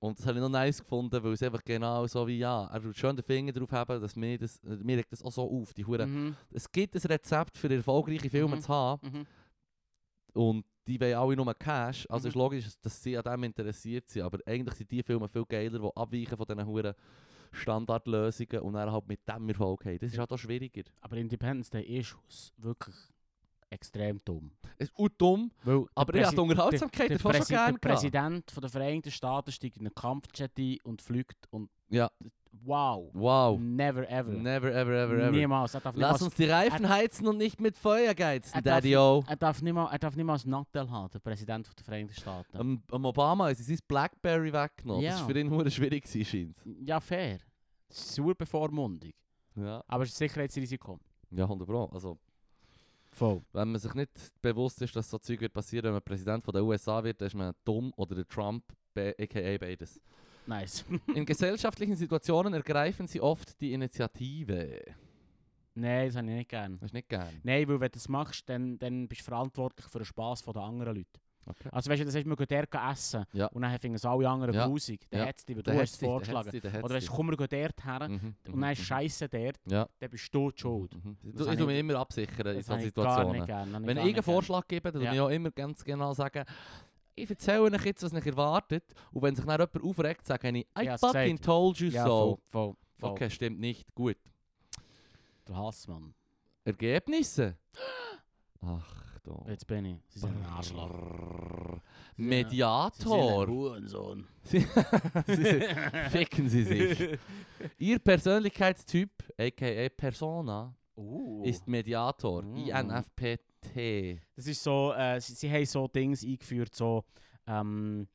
Und das habe ich noch nice gefunden, weil es einfach genau so wie, ja, er tut schön den Finger drauf haben, dass mir das, äh, mir regt das auch so auf. Die Hure. Mhm. Es gibt ein Rezept für erfolgreiche Filme Mhm. zu haben Mhm. und die wollen alle nur Cash. Also Mhm. ist logisch, dass sie an dem interessiert sind, aber eigentlich sind die Filme viel geiler, die abweichen von diesen huren Standardlösungen und dann halt mit dem Erfolg haben. Das ist halt auch schwieriger. Aber Independence Day ist s- wirklich extrem dumm. Es ist auch dumm, Weil aber der ich habe die Präsi- Unterhaltsamkeit der, davon schon Präsi- gerne der Präsident von der Vereinigten Staaten steigt in einen Kampfjet ein und fliegt und Ja, wow. wow. Never ever. Never, ever, ever, ever. Niemals. Er darf Lass niemals, uns die Reifen heizen und nicht mit Feuer geizen, Er darf- Daddy-O. er darf niemals, er darf niemals Nattel haben, der Präsident von der Vereinigten Staaten. Am am Obama ist sein Blackberry weggenommen. Das Ja. war für ihn hure schwierig, gewesen, scheint. Ja, fair. Super Bevormundung. Ja, Aber es ist ein Sicherheitsrisiko. ja 100 Pro. Also, Voll. wenn man sich nicht bewusst ist, dass so Zeug wird passieren, wenn man Präsident von der USA wird, dann ist man dumm oder der Trump, be- aka beides. Nice. In gesellschaftlichen Situationen ergreifen sie oft die Initiative. Nein, das habe ich nicht gern. Das ist nicht gern. Nein, weil wenn du das machst, dann, dann bist du verantwortlich für den Spass der anderen Leute. Okay. Also weißt du, das heißt, wir gehen dort gehen essen Ja. und dann finden es alle anderen Ja. grusig. Dann Ja. ja. hat es dich, weil Der du hat hast es sich, der hat vorgeschlagen. sich, der hat Oder weißt sich. du, komm, wir gehen dort her Mhm, und dann ist mhm, mhm. Scheiße dort, Ja. dann bist du die schuld. Mhm. Ich habe ich tue ich- mich immer absichern in Das solchen habe ich gar Situationen. nicht gern. habe ich Wenn gar ich nicht einen gern. Vorschlag gebe, dann Ja. ja. ich auch immer ganz genau sagen, ich erzähle euch jetzt, was euch erwartet. Und wenn sich dann jemand aufregt, sage ich, I Ja, hast fucking gesagt. told you ja, so. voll, voll, voll. Okay, stimmt nicht. Gut. Der Hassmann. Ergebnisse? Ach, da. Jetzt bin ich. Sie sind ein Arschloch. Sie sind ein- Sie sind ein Mediator. Hurensohn. Sie sind- Ficken Sie sich. Ihr Persönlichkeitstyp, aka Persona, Uh. ist Mediator. Mm. INFPT. Das ist so, äh, sie, sie haben so Dings eingeführt, so ähm,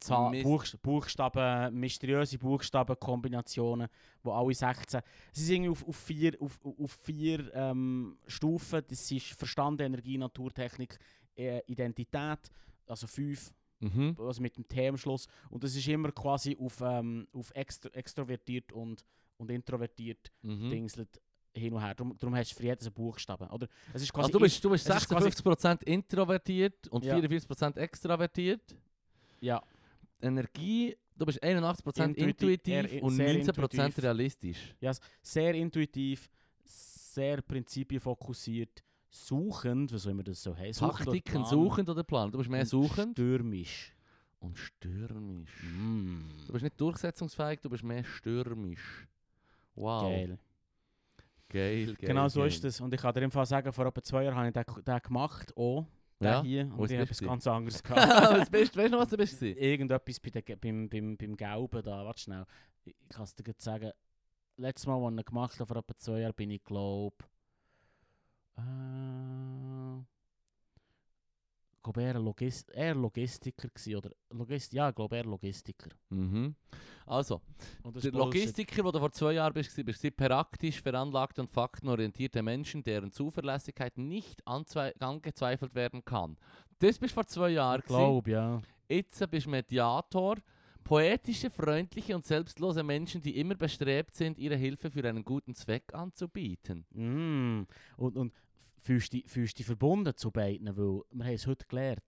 Za- Mist. Buchst Buchstaben, mysteriöse Buchstabenkombinationen, wo alle 16. Sie sind irgendwie auf, auf vier, auf, auf vier ähm, Stufen. Das ist Verstand, Energie, Naturtechnik, äh, Identität. Also fünf, Mhm. also mit dem T am Schluss. Und das ist immer quasi auf, ähm, auf extro extrovertiert und, und introvertiert Mhm. dingselt hin und her. Darum, darum hast du für jeden einen Buchstaben. Oder? Es ist quasi Also du bist, du bist es ist quasi- 56% introvertiert und Ja. 44% extravertiert. ja. Energie, du bist 81% Intuitiv, intuitiv, eher i- und sehr 19% intuitiv. realistisch. Ja, s- sehr intuitiv, sehr prinzipienfokussiert, suchend, was auch immer das so heisst. suchend oder Taktiken planend suchend oder planen. Du bist mehr und suchend Stürmisch. und stürmisch. Mm. Du bist nicht durchsetzungsfähig, du bist mehr stürmisch. Wow. Geil. Geil, geil. Genau so geil. ist das. Und ich kann dir im Fall sagen, vor etwa zwei Jahren habe ich den, den gemacht, auch, den Ja? hier, Wo und ist ich der habe etwas gewesen? ganz anderes gehabt. was bist, weißt du noch, was du bist? gewesen? Irgendetwas bei der, Ge- beim, beim, beim Gelben da, warte schnell. Ich ich kann es dir gerade sagen. Letztes Mal, als ich ihn gemacht habe, vor etwa zwei Jahren, bin ich, glaube äh, ich glaube, eher, Logis eher Logistiker gewesen, oder Logist ja, ich glaube, eher Logistiker. Mhm. Also, Und das ist Bullshit. der Logistiker, der du vor zwei Jahren bist, bist du praktisch veranlagte und faktenorientierte Menschen, deren Zuverlässigkeit nicht anzwe- angezweifelt werden kann. Das bist du vor zwei Jahren. Ich gewesen. glaube, ja. Jetzt bist du Mediator. Poetische, freundliche und selbstlose Menschen, die immer bestrebt sind, ihre Hilfe für einen guten Zweck anzubieten. Mm. Und, und fühlst dich, fühlst dich verbunden zu beiden, weil wir haben es heute gelernt.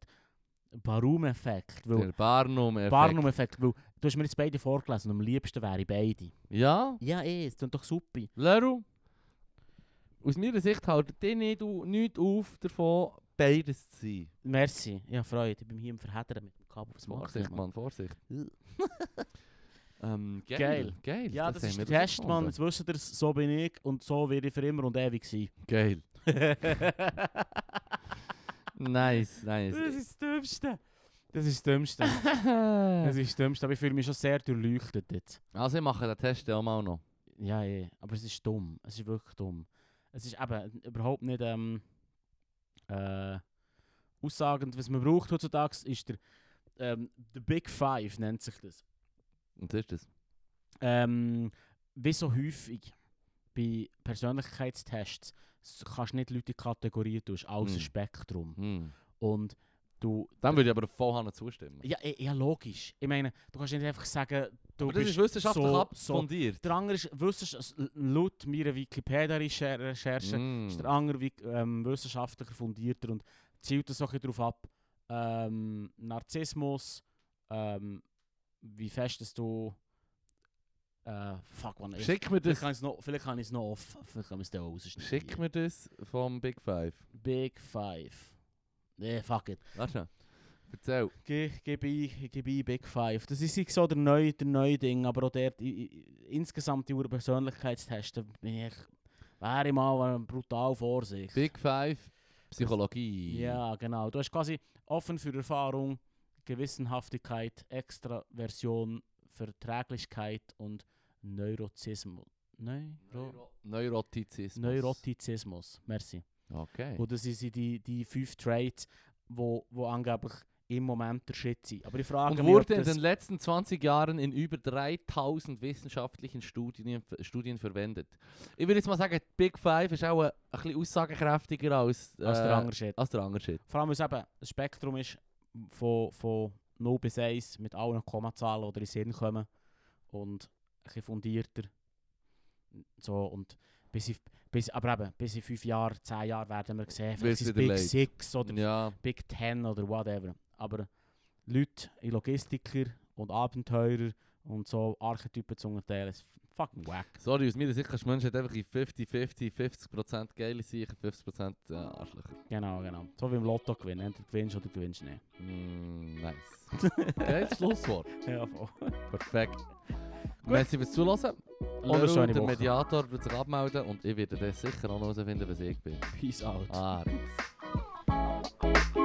Barnum-Effekt. weil- Der Barnum-Effekt. Barnum-Effekt, weil du hast mir jetzt beide vorgelesen und am liebsten wäre ich beide. Ja, Ja, eh, es klingt doch super. Leru. Aus meiner Sicht haltet ihr nicht, nicht auf davon, beides zu sein. Merci, ich habe Freude. Ich bin hier im Verheddern mit dem Kabel aufs Macht. Vorsicht, Mann, Vorsicht. ähm, geil, Geil. geil. Ja, das, haben ist wir der Test, herausgefunden. Mann. Jetzt wisst ihr, so bin ich und so werde ich für immer und ewig sein. Geil. das Nice, nice. ist das Dümmste. Das ist das Dümmste. Das ist das Dümmste, aber ich fühle mich schon sehr durchleuchtet jetzt. also, ich mache den Test ja auch mal noch. Ja, eh. Aber es ist dumm. Es ist wirklich dumm. Es ist eben überhaupt nicht ähm, äh, aussagend. Was man braucht heutzutage ist der ähm, The Big Five, nennt sich das. Und das ist das. Ähm, wie so häufig bei Persönlichkeitstests s- kannst du nicht Leute in Kategorien tun, es ist alles ein Hm. Spektrum. Hm. Und du. Dann würde ich aber voll Hannah zustimmen. Ja, eh- ja, logisch. Ich meine, du kannst nicht einfach sagen, du aber das bist ist wissenschaftlich so, so. abfundiert. Der andere ist, wissenschaft- laut meiner Wikipedia-Recherche, Mm. ist der andere wie, ähm, wissenschaftlicher, fundierter und zielt das auch darauf ab. Ähm, Narzissmus, ähm, wie fest dass du. Äh, fuck, man. Ich, Schick mir vielleicht das. kann ich es noch, vielleicht kann ich's noch off. Vielleicht kann man es dann auch rausschneiden. Schick mir das vom dus Big Five. Big Five. Nee, fuck it. Warte mal. Erzähl. Ge gebe ich, gebe ich Big Five. Das ist so der neue, der neue Ding, aber auch der i- i- insgesamt die Persönlichkeitstests, da bin ich, wäre ich mal äh, brutal vorsichtig. Big Five Psychologie. Ja, genau. Du hast quasi offen für Erfahrung, Gewissenhaftigkeit, Extraversion, Verträglichkeit und Neurozismus. Neuro Neuro Neurotizismus. Neurotizismus. Merci. Okay. Und das sind die, die fünf Traits, die wo, wo angeblich im Moment der Shit sind. Aber ich frage Und mich, ob wurde in das- den letzten 20 Jahren in über 3000 wissenschaftlichen Studien, Studien verwendet. Ich würde jetzt mal sagen, die Big Five ist auch äh, ein bisschen aussagekräftiger als, als äh, der andere Shit. als der andere Shit. Vor allem, weil es eben ein Spektrum ist von, von 0 bis 1 mit allen Kommazahlen, die dir in den Sinn kommen. Und ein bisschen fundierter. So, und bis in, bis, aber eben, bis in 5 Jahren, 10 Jahren werden wir sehen, Wird's vielleicht ist es wieder Big late. 6 oder Ja, Big 10 oder whatever. Aber Leute in Logistiker und Abenteurer und so Archetypen zu unterteilen, ist fucking wack. sorry, aus meiner Sicht kannst du Menschen halt einfach in 50-50, 50% geile sein, 50% äh, Arschlöcher. Genau, genau. So wie im Lotto gewinnen. Entweder gewinnst oder gewinnst nicht. Mm, nice. Geiles Schlusswort. Ja, voll. Perfekt. Merci fürs Zuhören. eine Leru, schöne der Woche. Mediator wird sich abmelden und ich werde dann sicher auch noch herausfinden, was ich bin. Peace out. Ah, nice.